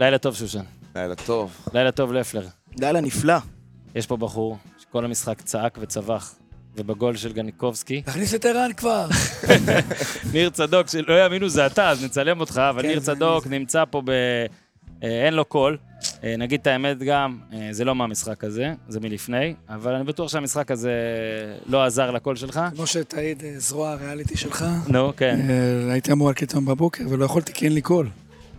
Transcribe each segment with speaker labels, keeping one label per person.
Speaker 1: לילה טוב, שושן.
Speaker 2: לילה טוב.
Speaker 1: לילה טוב, לפלר.
Speaker 3: לילה נפלא.
Speaker 1: יש פה בחור שכל המשחק צעק וצווח, ובגול של גניקובסקי,
Speaker 4: תכניס את ערן כבר.
Speaker 1: ניר צדוק, שלא יאמינו זה אתה, אז נצלם אותך, אבל
Speaker 4: כן,
Speaker 1: ניר
Speaker 4: זה
Speaker 1: צדוק נמצא פה ב... אה, אין לו קול. אה, נגיד את האמת גם, אה, זה לא מהמשחק הזה, זה מלפני, אבל אני בטוח שהמשחק הזה לא עזר לקול שלך.
Speaker 4: כמו שתעיד אה, זרוע הריאליטי שלך.
Speaker 1: נו, כן.
Speaker 4: אה, הייתי אמור להקליט היום בבוקר ולא יכולתי כי אין לי קול.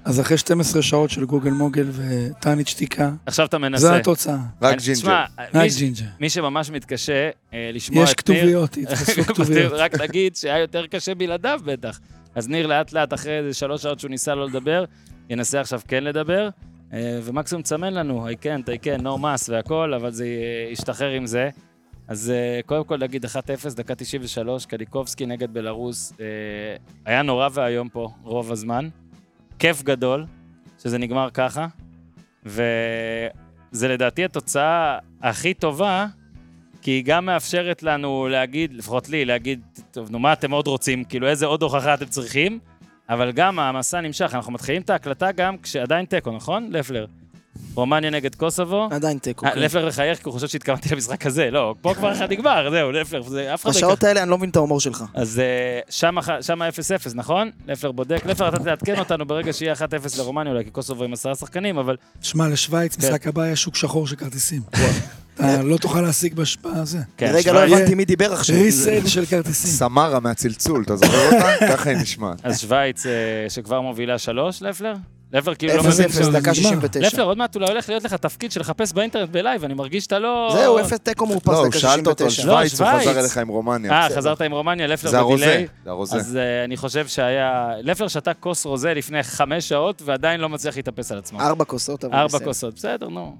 Speaker 4: אז אחרי 12 שעות של גוגל מוגל וטנית שתיקה,
Speaker 1: עכשיו אתה מנסה.
Speaker 4: זו התוצאה.
Speaker 2: רק
Speaker 1: אני-
Speaker 2: ג'ינג'ר.
Speaker 1: תשמע, מי
Speaker 4: רק
Speaker 1: ש-
Speaker 4: ג'ינג'ר.
Speaker 1: מי שממש מתקשה אה, לשמוע
Speaker 4: יש
Speaker 1: את ניר,
Speaker 4: כתוביות, התפסו כתוביות.
Speaker 1: רק תגיד שהיה יותר קשה בלעדיו בטח. אז ניר לאט לאט, אחרי איזה שלוש שעות שהוא ניסה לא לדבר, ינסה עכשיו כן לדבר, אה, ומקסימום תסמן לנו, I can't, I can't, כן, no mass והכל, אבל זה אה, ישתחרר עם זה. אז אה, קודם כל נגיד 1-0, דקה 93, קליקובסקי נגד בלרוס. אה, היה נורא ואיום פה רוב הזמן. כיף גדול שזה נגמר ככה, וזה לדעתי התוצאה הכי טובה כי היא גם מאפשרת לנו להגיד, לפחות לי, להגיד, טוב, נו, מה אתם עוד רוצים? כאילו, איזה עוד הוכחה אתם צריכים? אבל גם המסע נמשך, אנחנו מתחילים את ההקלטה גם כשעדיין תיקו, נכון? לפלר. רומניה נגד קוסובו.
Speaker 3: עדיין תיקו.
Speaker 1: אה,
Speaker 3: כן.
Speaker 1: לפלר מחייך כי הוא חושב שהתכוונתי למשחק הזה, לא, פה כבר אחד נגמר, זהו, לפלר, זה אף אחד לא ייקח.
Speaker 3: בשעות האלה אני לא מבין את ההומור שלך.
Speaker 1: אז אה, שם אח- שם 0-0, נכון? לפלר בודק. לפלר, אתה תעדכן אותנו ברגע שיהיה 1-0 לרומניה, אולי כי קוסובו עם עשרה שחקנים, אבל
Speaker 4: שמע, לשוויץ,
Speaker 1: כן.
Speaker 4: משחק הבא היה שוק שחור של כרטיסים. אתה לא תוכל להשיג בש- בזה.
Speaker 1: כן,
Speaker 3: לרגע לא
Speaker 1: שווייץ-
Speaker 3: הבנתי מי דיבר עכשיו.
Speaker 4: ריסל של כרטיסים.
Speaker 2: סמרה מהצלצול, אתה זוכר אותה? ככה היא נשמעת.
Speaker 1: אז שווייץ אה, שכבר מובילה שלוש, לפלר? לפלר כאילו לא מבין
Speaker 3: 0-0, דקה
Speaker 4: נגמר.
Speaker 3: 69.
Speaker 1: לפלר, עוד מעט אולי הולך להיות לך תפקיד של לחפש באינטרנט בלייב, אני מרגיש שאתה לא...
Speaker 3: זהו, אפס תיקו מאופס,
Speaker 2: לא, הוא
Speaker 3: דקה
Speaker 2: שאלת אותו על
Speaker 3: 69.
Speaker 2: שווייץ, הוא
Speaker 1: שווייץ.
Speaker 2: חזר אליך עם רומניה.
Speaker 1: אה,
Speaker 2: בסדר.
Speaker 1: חזרת עם רומניה, לפלר
Speaker 2: זה הרוזה,
Speaker 1: בדיליי.
Speaker 2: זה הרוזה.
Speaker 1: אז אה, אני חושב שהיה... לפלר שתה כוס רוזה לפני חמש שעות, ועדיין לא מצליח להתאפס על עצמו.
Speaker 3: ארבע כוסות, אבל
Speaker 1: ארבע
Speaker 3: בסדר.
Speaker 1: כוסות, בסדר, נו.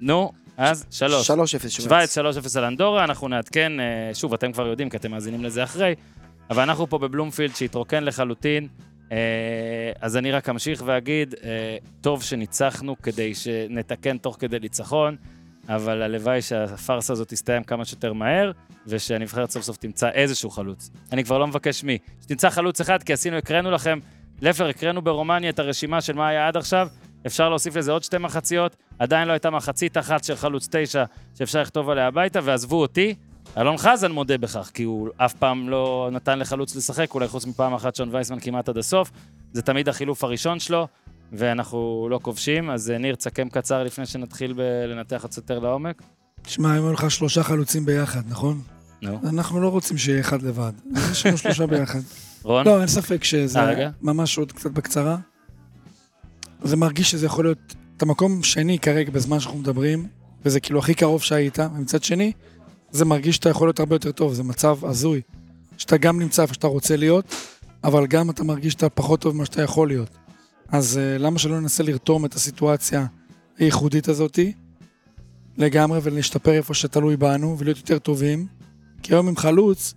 Speaker 1: נו, אז שלוש.
Speaker 3: 3-0 שווייץ.
Speaker 1: שווייץ 3-0 על אנדורה, אנחנו נעדכן, אה, שוב, אתם כבר יודעים, כי אתם מאזינים לזה אחרי, אבל אנחנו פה בבלומפילד שהתרוקן לחלוטין, אה, אז אני רק אמשיך ואגיד, אה, טוב שניצחנו כדי שנתקן תוך כדי ניצחון, אבל הלוואי שהפארסה הזאת תסתיים כמה שיותר מהר, ושהנבחרת סוף סוף תמצא איזשהו חלוץ. אני כבר לא מבקש מי. שתמצא חלוץ אחד, כי עשינו, הקראנו לכם, לפלר, הקראנו ברומניה את הרשימה של מה היה עד עכשיו, אפשר להוסיף לזה עוד שתי מחציות, עדיין לא הייתה מחצית אחת של חלוץ תשע שאפשר לכתוב עליה הביתה, ועזבו אותי. אלון חזן מודה בכך, כי הוא אף פעם לא נתן לחלוץ לשחק, אולי חוץ מפעם אחת שון וייסמן כמעט עד הסוף. זה תמיד החילוף הראשון שלו, ואנחנו לא כובשים. אז אה, ניר, תסכם קצר לפני שנתחיל בלנתח קצת יותר לעומק.
Speaker 4: שמע, אם היו לך שלושה חלוצים ביחד, נכון?
Speaker 1: נו.
Speaker 4: אנחנו לא רוצים שיהיה אחד לבד. אז יש לנו שלושה ביחד.
Speaker 1: רון?
Speaker 4: לא, אין ספק שזה
Speaker 1: נכון? אה, רגע.
Speaker 4: ממש עוד קצת בקצרה. זה מרגיש שזה יכול להיות את המקום שני כרגע בזמן שאנחנו מדברים, וזה כאילו הכי קרוב שהיית, ומצד שני, זה מרגיש שאתה יכול להיות הרבה יותר טוב, זה מצב הזוי. שאתה גם נמצא איפה שאתה רוצה להיות, אבל גם אתה מרגיש שאתה פחות טוב ממה שאתה יכול להיות. אז אה, למה שלא ננסה לרתום את הסיטואציה הייחודית הזאתי לגמרי ולהשתפר איפה שתלוי בנו ולהיות יותר טובים? כי היום עם חלוץ,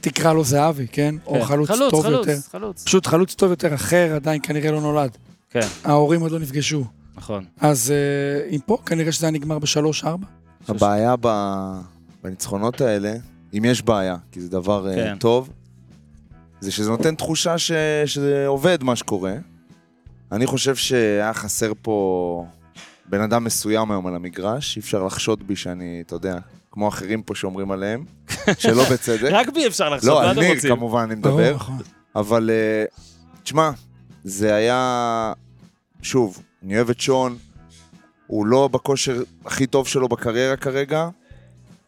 Speaker 4: תקרא לו זהבי, כן? או
Speaker 1: כן.
Speaker 4: חלוץ טוב
Speaker 1: חלוץ,
Speaker 4: יותר.
Speaker 1: חלוץ, חלוץ.
Speaker 4: פשוט חלוץ טוב יותר אחר עדיין כנראה לא נולד.
Speaker 1: כן,
Speaker 4: ההורים עוד לא נפגשו.
Speaker 1: נכון.
Speaker 4: אז אה, אם פה, כנראה שזה היה נגמר בשלוש-ארבע.
Speaker 2: הבעיה ב- בניצחונות האלה, אם יש בעיה, כי זה דבר אה,
Speaker 1: כן.
Speaker 2: טוב, זה שזה נותן תחושה ש- שזה עובד מה שקורה. אני חושב שהיה חסר פה בן אדם מסוים היום על המגרש, אי אפשר לחשוד בי שאני, אתה יודע, כמו אחרים פה שאומרים עליהם, שלא בצדק.
Speaker 1: רק בי אפשר לחשוב,
Speaker 2: לא,
Speaker 1: מה
Speaker 2: על
Speaker 1: אתם
Speaker 2: ניר
Speaker 1: רוצים?
Speaker 2: כמובן אני מדבר. אבל אה, תשמע, זה היה... שוב, אני אוהב את שון, הוא לא בכושר הכי טוב שלו בקריירה כרגע,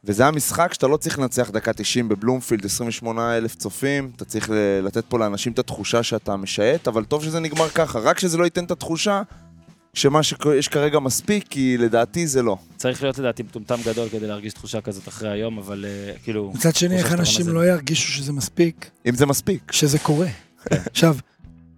Speaker 2: וזה היה משחק שאתה לא צריך לנצח דקה 90 בבלומפילד, 28 אלף צופים, אתה צריך ל- לתת פה לאנשים את התחושה שאתה משייט, אבל טוב שזה נגמר ככה, רק שזה לא ייתן את התחושה שמה שיש כרגע מספיק, כי לדעתי זה לא.
Speaker 1: צריך להיות לדעתי מטומטם גדול כדי להרגיש תחושה כזאת אחרי היום, אבל אה, כאילו...
Speaker 4: מצד שני,
Speaker 1: חושב
Speaker 4: איך
Speaker 1: שאתה
Speaker 4: אנשים
Speaker 1: רמז.
Speaker 4: לא ירגישו שזה מספיק,
Speaker 2: אם זה מספיק.
Speaker 4: כשזה קורה. עכשיו,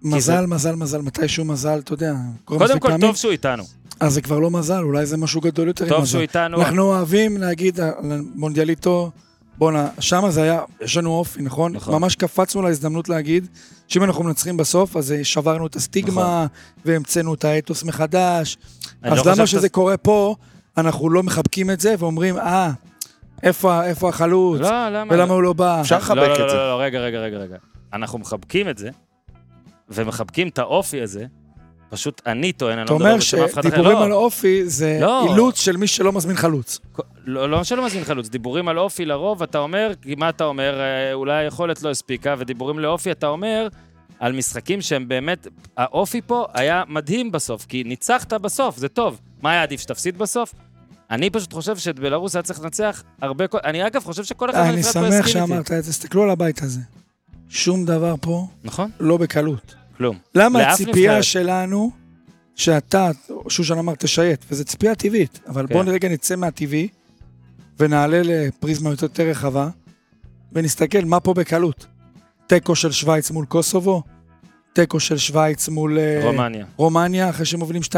Speaker 4: מזל,
Speaker 1: כן. זה-
Speaker 4: מזל, מזל, מתישהו מזל, אתה יודע, קורה
Speaker 1: קודם
Speaker 4: מספיק
Speaker 1: כל,
Speaker 4: פעמים,
Speaker 1: טוב שהוא איתנו.
Speaker 4: אז זה כבר לא מזל, אולי זה משהו גדול יותר. עם
Speaker 1: טוב
Speaker 4: מזל.
Speaker 1: שהוא איתנו.
Speaker 4: אנחנו אוהבים להגיד על המונדיאליטו, בואנה, שמה זה היה, יש לנו אופי, נכון?
Speaker 1: נכון.
Speaker 4: נכון. ממש קפצנו להזדמנות להגיד שאם אנחנו מנצחים בסוף, אז אה, שברנו את הסטיגמה, והמצאנו את האתוס מחדש.
Speaker 1: נכון. אני
Speaker 4: אז
Speaker 1: לא חושב
Speaker 4: למה שזה קורה פה, אנחנו לא מחבקים את זה ואומרים, אה, איפה, ה- איפה החלוץ?
Speaker 1: לא, למה?
Speaker 4: ולמה הוא לא בא?
Speaker 2: אפשר לחבק
Speaker 1: לא, לא,
Speaker 2: את זה.
Speaker 1: לא, לא, לא, רגע, רגע, רגע, רגע. אנחנו מחבקים את זה, ומחבקים את האופי הזה, פשוט אני טוען, אני
Speaker 4: אתה
Speaker 1: לא מדבר
Speaker 4: אומר
Speaker 1: בשם אף אחד אחר.
Speaker 4: שדיבורים על אופי זה
Speaker 1: לא.
Speaker 4: אילוץ של מי שלא מזמין חלוץ.
Speaker 1: לא, לא שלא מזמין חלוץ, דיבורים על אופי לרוב, אתה אומר, כי מה אתה אומר, אה, אולי היכולת לא הספיקה, ודיבורים לאופי, אתה אומר, על משחקים שהם באמת, האופי פה היה מדהים בסוף, כי ניצחת בסוף, זה טוב. מה היה עדיף, שתפסיד בסוף? אני פשוט חושב שאת בלרוס היה צריך לנצח הרבה... כל- אני אגב חושב שכל אחד
Speaker 4: אני
Speaker 1: בנפרד פה
Speaker 4: שמח
Speaker 1: יסכים איתי.
Speaker 4: שאמרת את זה, תסתכלו על הבית הזה. שום דבר פה
Speaker 1: נכון?
Speaker 4: לא בקלות.
Speaker 1: כלום.
Speaker 4: למה
Speaker 1: לאף
Speaker 4: הציפייה
Speaker 1: נבחרת.
Speaker 4: שלנו, שאתה, שושן אמר, תשייט, וזו ציפייה טבעית, אבל
Speaker 1: כן.
Speaker 4: בואו רגע נצא מהטבעי ונעלה לפריזמה יותר- יותר רחבה, ונסתכל מה פה בקלות. תיקו של שווייץ מול קוסובו, תיקו של שווייץ מול אה,
Speaker 1: רומניה.
Speaker 4: רומניה, אחרי שמובילים 2-0,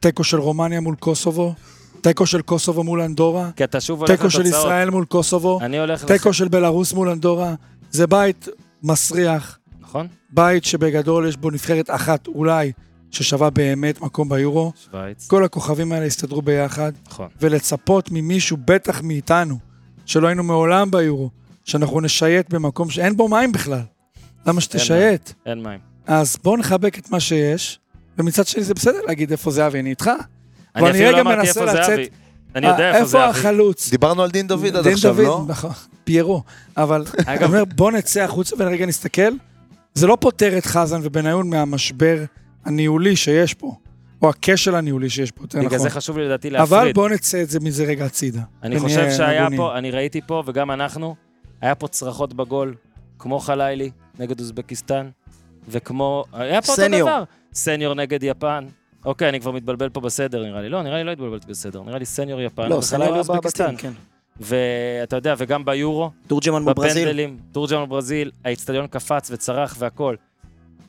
Speaker 4: תיקו של רומניה מול קוסובו, תיקו של קוסובו מול אנדורה,
Speaker 1: כי אתה שוב הולך
Speaker 4: תיקו של
Speaker 1: לתוצאות.
Speaker 4: ישראל מול קוסובו,
Speaker 1: אני הולך...
Speaker 4: תיקו של בלארוס מול אנדורה, זה בית מסריח.
Speaker 1: לח- נכון?
Speaker 4: בית שבגדול יש בו נבחרת אחת אולי ששווה באמת מקום ביורו.
Speaker 1: שווייץ.
Speaker 4: כל הכוכבים האלה הסתדרו ביחד,
Speaker 1: נכון.
Speaker 4: ולצפות ממישהו, בטח מאיתנו, שלא היינו מעולם ביורו, שאנחנו נשייט במקום שאין בו מים בכלל. למה שתשייט?
Speaker 1: אין מים.
Speaker 4: אז בואו נחבק את מה שיש, ומצד שני זה בסדר להגיד איפה זהבי, אני איתך.
Speaker 1: אני
Speaker 4: אני
Speaker 1: אפילו
Speaker 4: רגע
Speaker 1: לא אמרתי
Speaker 4: מנסה
Speaker 1: איפה
Speaker 4: לצאת- אה,
Speaker 1: זהבי. אני יודע איפה
Speaker 4: איפה
Speaker 1: זהבי.
Speaker 4: החלוץ?
Speaker 2: דיברנו על דין דוד עד
Speaker 4: דין
Speaker 2: עכשיו,
Speaker 4: דוד,
Speaker 2: לא?
Speaker 4: נכון, פיירו. אבל אני אומר, בוא נצא החוצה ורגע נסתכל. זה לא פוטר את חזן ובניון מהמשבר הניהולי שיש פה, או הכשל הניהולי שיש פה, יותר
Speaker 1: בגלל
Speaker 4: נכון.
Speaker 1: זה חשוב לי לדעתי
Speaker 4: אבל
Speaker 1: להפריד.
Speaker 4: בוא נצא את זה מזה רגע הצידה.
Speaker 1: אני
Speaker 4: ונהיה
Speaker 1: חושב שהיה
Speaker 4: הגונים.
Speaker 1: פה, אני ראיתי פה, וגם אנחנו, היה פה צרחות בגול, כמו חלילי נגד אוזבקיסטן, וכמו... היה פה אותו
Speaker 3: סניור.
Speaker 1: דבר. סניור נגד יפן. אוקיי, אני כבר מתבלבל פה בסדר, נראה לי. לא, נראה לי לא התבלבלתי בסדר. נראה לי סניור יפן,
Speaker 3: לא,
Speaker 1: וחלילי
Speaker 3: סנאי הבא
Speaker 1: אוזבקיסטן.
Speaker 3: בתים, כן.
Speaker 1: ואתה יודע, וגם ביורו,
Speaker 3: תורג'מן מול ברזיל.
Speaker 1: בפנדלים, תורג'מן ברזיל, האיצטדיון קפץ וצרח והכל.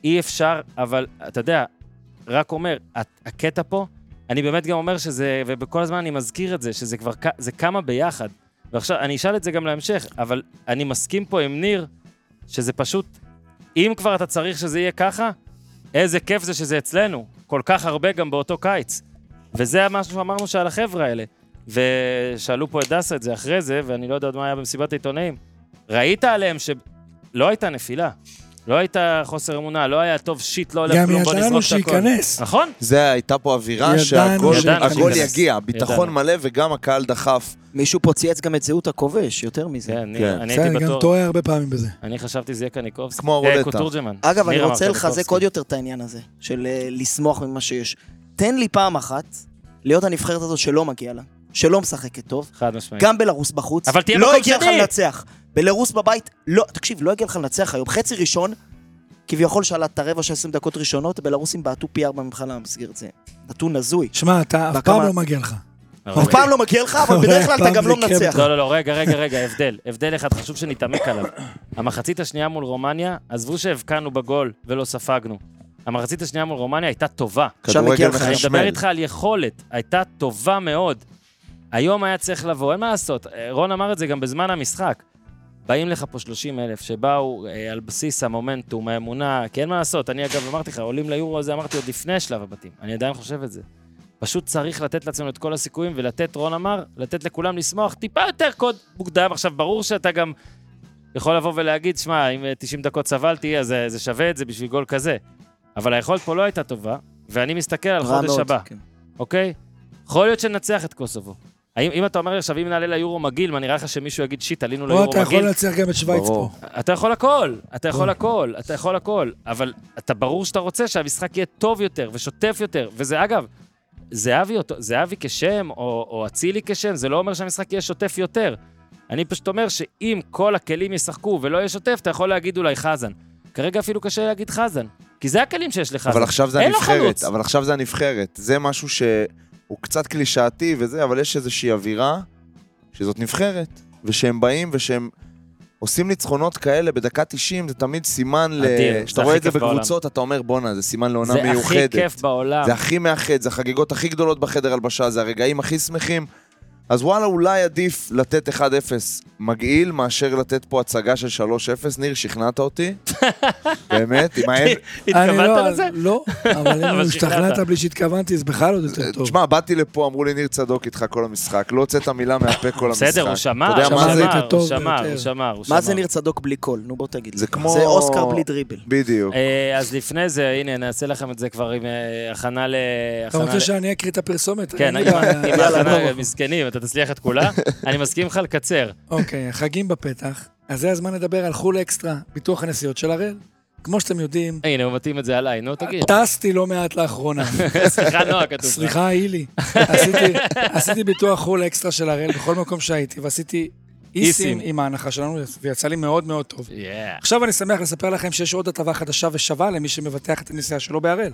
Speaker 1: אי אפשר, אבל אתה יודע, רק אומר, הת- הקטע פה, אני באמת גם אומר שזה, ובכל הזמן אני מזכיר את זה, שזה כבר, כ- זה כמה ביחד. ועכשיו, אני אשאל את זה גם להמשך, אבל אני מסכים פה עם ניר, שזה פשוט, אם כבר אתה צריך שזה יהיה ככה, איזה כיף זה שזה אצלנו, כל כך הרבה גם באותו קיץ. וזה משהו שאמרנו שעל החבר'ה האלה. ושאלו פה את דסה את זה אחרי זה, ואני לא יודע עוד מה היה במסיבת העיתונאים. ראית עליהם שלא הייתה נפילה, לא הייתה חוסר אמונה, לא היה טוב, שיט, לא הולך
Speaker 4: גם
Speaker 1: כלום, בוא
Speaker 4: ידענו
Speaker 1: נזרוק את הכל.
Speaker 4: שייכנס.
Speaker 1: נכון?
Speaker 2: זה הייתה פה אווירה
Speaker 4: ידענו
Speaker 2: שהגול
Speaker 1: ידענו
Speaker 2: הגול
Speaker 1: שייכנס.
Speaker 2: יגיע, ביטחון
Speaker 1: ידענו.
Speaker 2: מלא וגם הקהל דחף.
Speaker 3: מישהו פה צייץ גם את זהות הכובש, יותר מזה.
Speaker 1: כן, אני-
Speaker 2: כן.
Speaker 1: אני
Speaker 4: בסדר,
Speaker 1: הייתי
Speaker 4: אני גם
Speaker 1: בטוח,
Speaker 4: טועה הרבה פעמים בזה.
Speaker 1: אני חשבתי שזה יהיה קניקובסקי.
Speaker 2: כמו
Speaker 1: אה,
Speaker 2: הרולטה.
Speaker 1: קוטורג'מן.
Speaker 3: אגב, אני
Speaker 1: ניר אמר
Speaker 3: רוצה לחזק
Speaker 1: קניקובסקי.
Speaker 3: עוד יותר את העניין הזה, של אה, לשמוח ממה שיש. תן לי פעם אחת להיות הנבחרת הזאת שלא מגיע לה, שלא משחקת טוב,
Speaker 1: חד משמעית.
Speaker 3: גם בלרוס בחוץ.
Speaker 1: אוקיי. אבל תהיה
Speaker 3: לא
Speaker 1: מקום
Speaker 3: הגיע לך
Speaker 1: שני.
Speaker 3: לנצח. בלרוס בבית, לא, תקשיב, לא הגיע לך לנצח היום. חצי ראשון, כביכול שלט את הרבע של 20 דקות ראשונות, בלרוסים בעטו פי 4 ממך למסגרת זה. נתון הזוי.
Speaker 4: שמע, אתה אף
Speaker 3: בכמה-
Speaker 4: פעם לא מגיע לך.
Speaker 1: אבל-
Speaker 3: אף פעם לא מגיע לך, אבל
Speaker 4: אבל
Speaker 3: בדרך
Speaker 4: אף
Speaker 3: כלל אתה
Speaker 4: פעם
Speaker 3: גם
Speaker 4: זה
Speaker 3: לא
Speaker 4: כן.
Speaker 3: מנצח.
Speaker 1: אוקיי. לא, לא, לא, רגע, רגע, רגע, הבדל. הבדל אחד, חשוב שנתעמק עליו. המחצית השנייה מול רומניה, עזבו שהבקענו בגול ולא ספגנו. המחצית השנייה מול רומניה הייתה טובה.
Speaker 3: שם הגיע
Speaker 2: כדורגל
Speaker 1: אני
Speaker 3: לך,
Speaker 1: מדבר
Speaker 2: מחשמל.
Speaker 1: איתך על יכולת, הייתה טובה מאוד. היום היה צריך לבוא, אין מה לעשות. אה, רון אמר את זה גם בזמן המשחק. באים לך פה 30 אלף שבאו אה, על בסיס המומנטום, האמונה, כי אין מה לעשות. אני אגב אמרתי לך, עולים ליורו הזה, אמרתי עוד לפני שלב הבתים. אני עדיין חושב את זה. פשוט צריך לתת לעצמנו את כל הסיכויים ולתת, רון אמר, לתת לכולם לשמוח טיפה יותר קוד מוקדם. עכשיו, ברור שאתה גם יכול לבוא ולהגיד, שמע, אם אה, 90 דקות סבלתי, אז אה, זה שווה את זה בשביל גול כזה. אבל היכולת פה לא הייתה טובה, ואני מסתכל על
Speaker 3: רע
Speaker 1: לא, חודש
Speaker 3: מאוד,
Speaker 1: הבא.
Speaker 3: כן.
Speaker 1: אוקיי? יכול להיות שננצח את קוסובו. האם אם אתה אומר לי עכשיו, אם נעלה ליורו מגעיל, מה נראה לך שמישהו יגיד, שיט, עלינו
Speaker 4: פה
Speaker 1: ליורו
Speaker 4: אתה יכול
Speaker 1: מגעיל?
Speaker 4: להצליח גם את שווייץ
Speaker 2: ברור.
Speaker 4: פה.
Speaker 1: אתה יכול הכל, אתה יכול
Speaker 4: בוא.
Speaker 1: הכל, אתה יכול הכל, אבל אתה ברור שאתה רוצה שהמשחק יהיה טוב יותר ושוטף יותר, וזה אגב, זהבי, אותו, זהבי כשם או או אצילי כשם, זה לא אומר שהמשחק יהיה שוטף יותר. אני פשוט אומר שאם כל הכלים ישחקו ולא יהיה שוטף, אתה יכול להגיד אולי חזן. כרגע אפילו קשה להגיד חזן, כי זה הכלים שיש לחזן.
Speaker 2: אבל עכשיו זה
Speaker 1: אין לו
Speaker 2: הנבחרת,
Speaker 1: חלוץ.
Speaker 2: אבל עכשיו זה הנבחרת. זה משהו שהוא קצת קלישאתי וזה, אבל יש איזושהי אווירה שזאת נבחרת, ושהם באים ושהם עושים ניצחונות כאלה בדקה 90, זה תמיד סימן ל...
Speaker 1: אדיר, זה
Speaker 2: כשאתה
Speaker 1: הכי
Speaker 2: רואה את זה
Speaker 1: כיף בעולם.
Speaker 2: בקבוצות, אתה אומר, בואנה, זה סימן לעונה
Speaker 1: זה
Speaker 2: מיוחדת.
Speaker 1: הכי כיף בעולם.
Speaker 2: זה הכי מאחד, זה החגיגות הכי גדולות בחדר הלבשה, זה הרגעים הכי שמחים. אז וואלה, אולי עדיף לתת 1-0 מגעיל, מאשר לתת פה הצגה של 3-0. ניר, שכנעת אותי. באמת, עם האם...
Speaker 4: אני
Speaker 1: התכוונת
Speaker 4: לא-
Speaker 1: לזה?
Speaker 4: לא, אבל
Speaker 1: אבל
Speaker 4: אם השתכנעת
Speaker 1: שכנעת.
Speaker 4: בלי שהתכוונתי, זה בכלל עוד יותר טוב.
Speaker 2: אה, תשמע, באתי לפה, אמרו לי, ניר צדוק איתך כל המשחק. לא הוצאת מילה מהפה כל המשחק.
Speaker 1: בסדר, הוא שמר,
Speaker 2: אתה יודע מה
Speaker 1: הוא
Speaker 2: זה?
Speaker 4: שמע.
Speaker 1: שמר,
Speaker 4: את
Speaker 1: הוא
Speaker 4: הטוב
Speaker 1: שמר,
Speaker 4: ביותר.
Speaker 1: הוא שמר, הוא שמר.
Speaker 3: מה זה ניר צדוק בלי קול? נו, בוא תגיד. לי.
Speaker 2: זה כמו-
Speaker 3: זה אוסקר בלי דריבל.
Speaker 2: בדיוק.
Speaker 1: אה, אז לפני זה, הנה, נעשה לכם את זה כבר עם אה, הכנה ל...
Speaker 4: אתה
Speaker 1: הכנה ל-
Speaker 4: רוצה שאני אקריא את הפרסומת?
Speaker 1: כן,
Speaker 4: אני- לא-
Speaker 1: עם ה- עם ההכנה,
Speaker 4: יאללה, בוא.
Speaker 1: מסכנים, אתה תצליח את כולה. אני מסכים לך לקצר.
Speaker 4: אוקיי, חגים בפתח. אז זה הזמן לדבר על חול אקסטרה, ביטוח הנסיעות של הראל. כמו שאתם יודעים,
Speaker 1: הנה, הוא מתאים את זה עליי, נו, תגיד.
Speaker 4: טסתי לא מעט לאחרונה.
Speaker 1: סליחה, נועה, כתוב. לך.
Speaker 4: סליחה, אילי. עשיתי- עשיתי ביטוח חול אקסטרה של הראל בכל מקום שהייתי, ועשיתי
Speaker 1: איסים.
Speaker 4: איסים עם ההנחה שלנו, ויצא לי מאוד מאוד טוב.
Speaker 1: Yeah.
Speaker 4: עכשיו אני שמח לספר לכם שיש עוד הטבה חדשה ושווה למי שמבטח את הנסיעה שלו בהראל.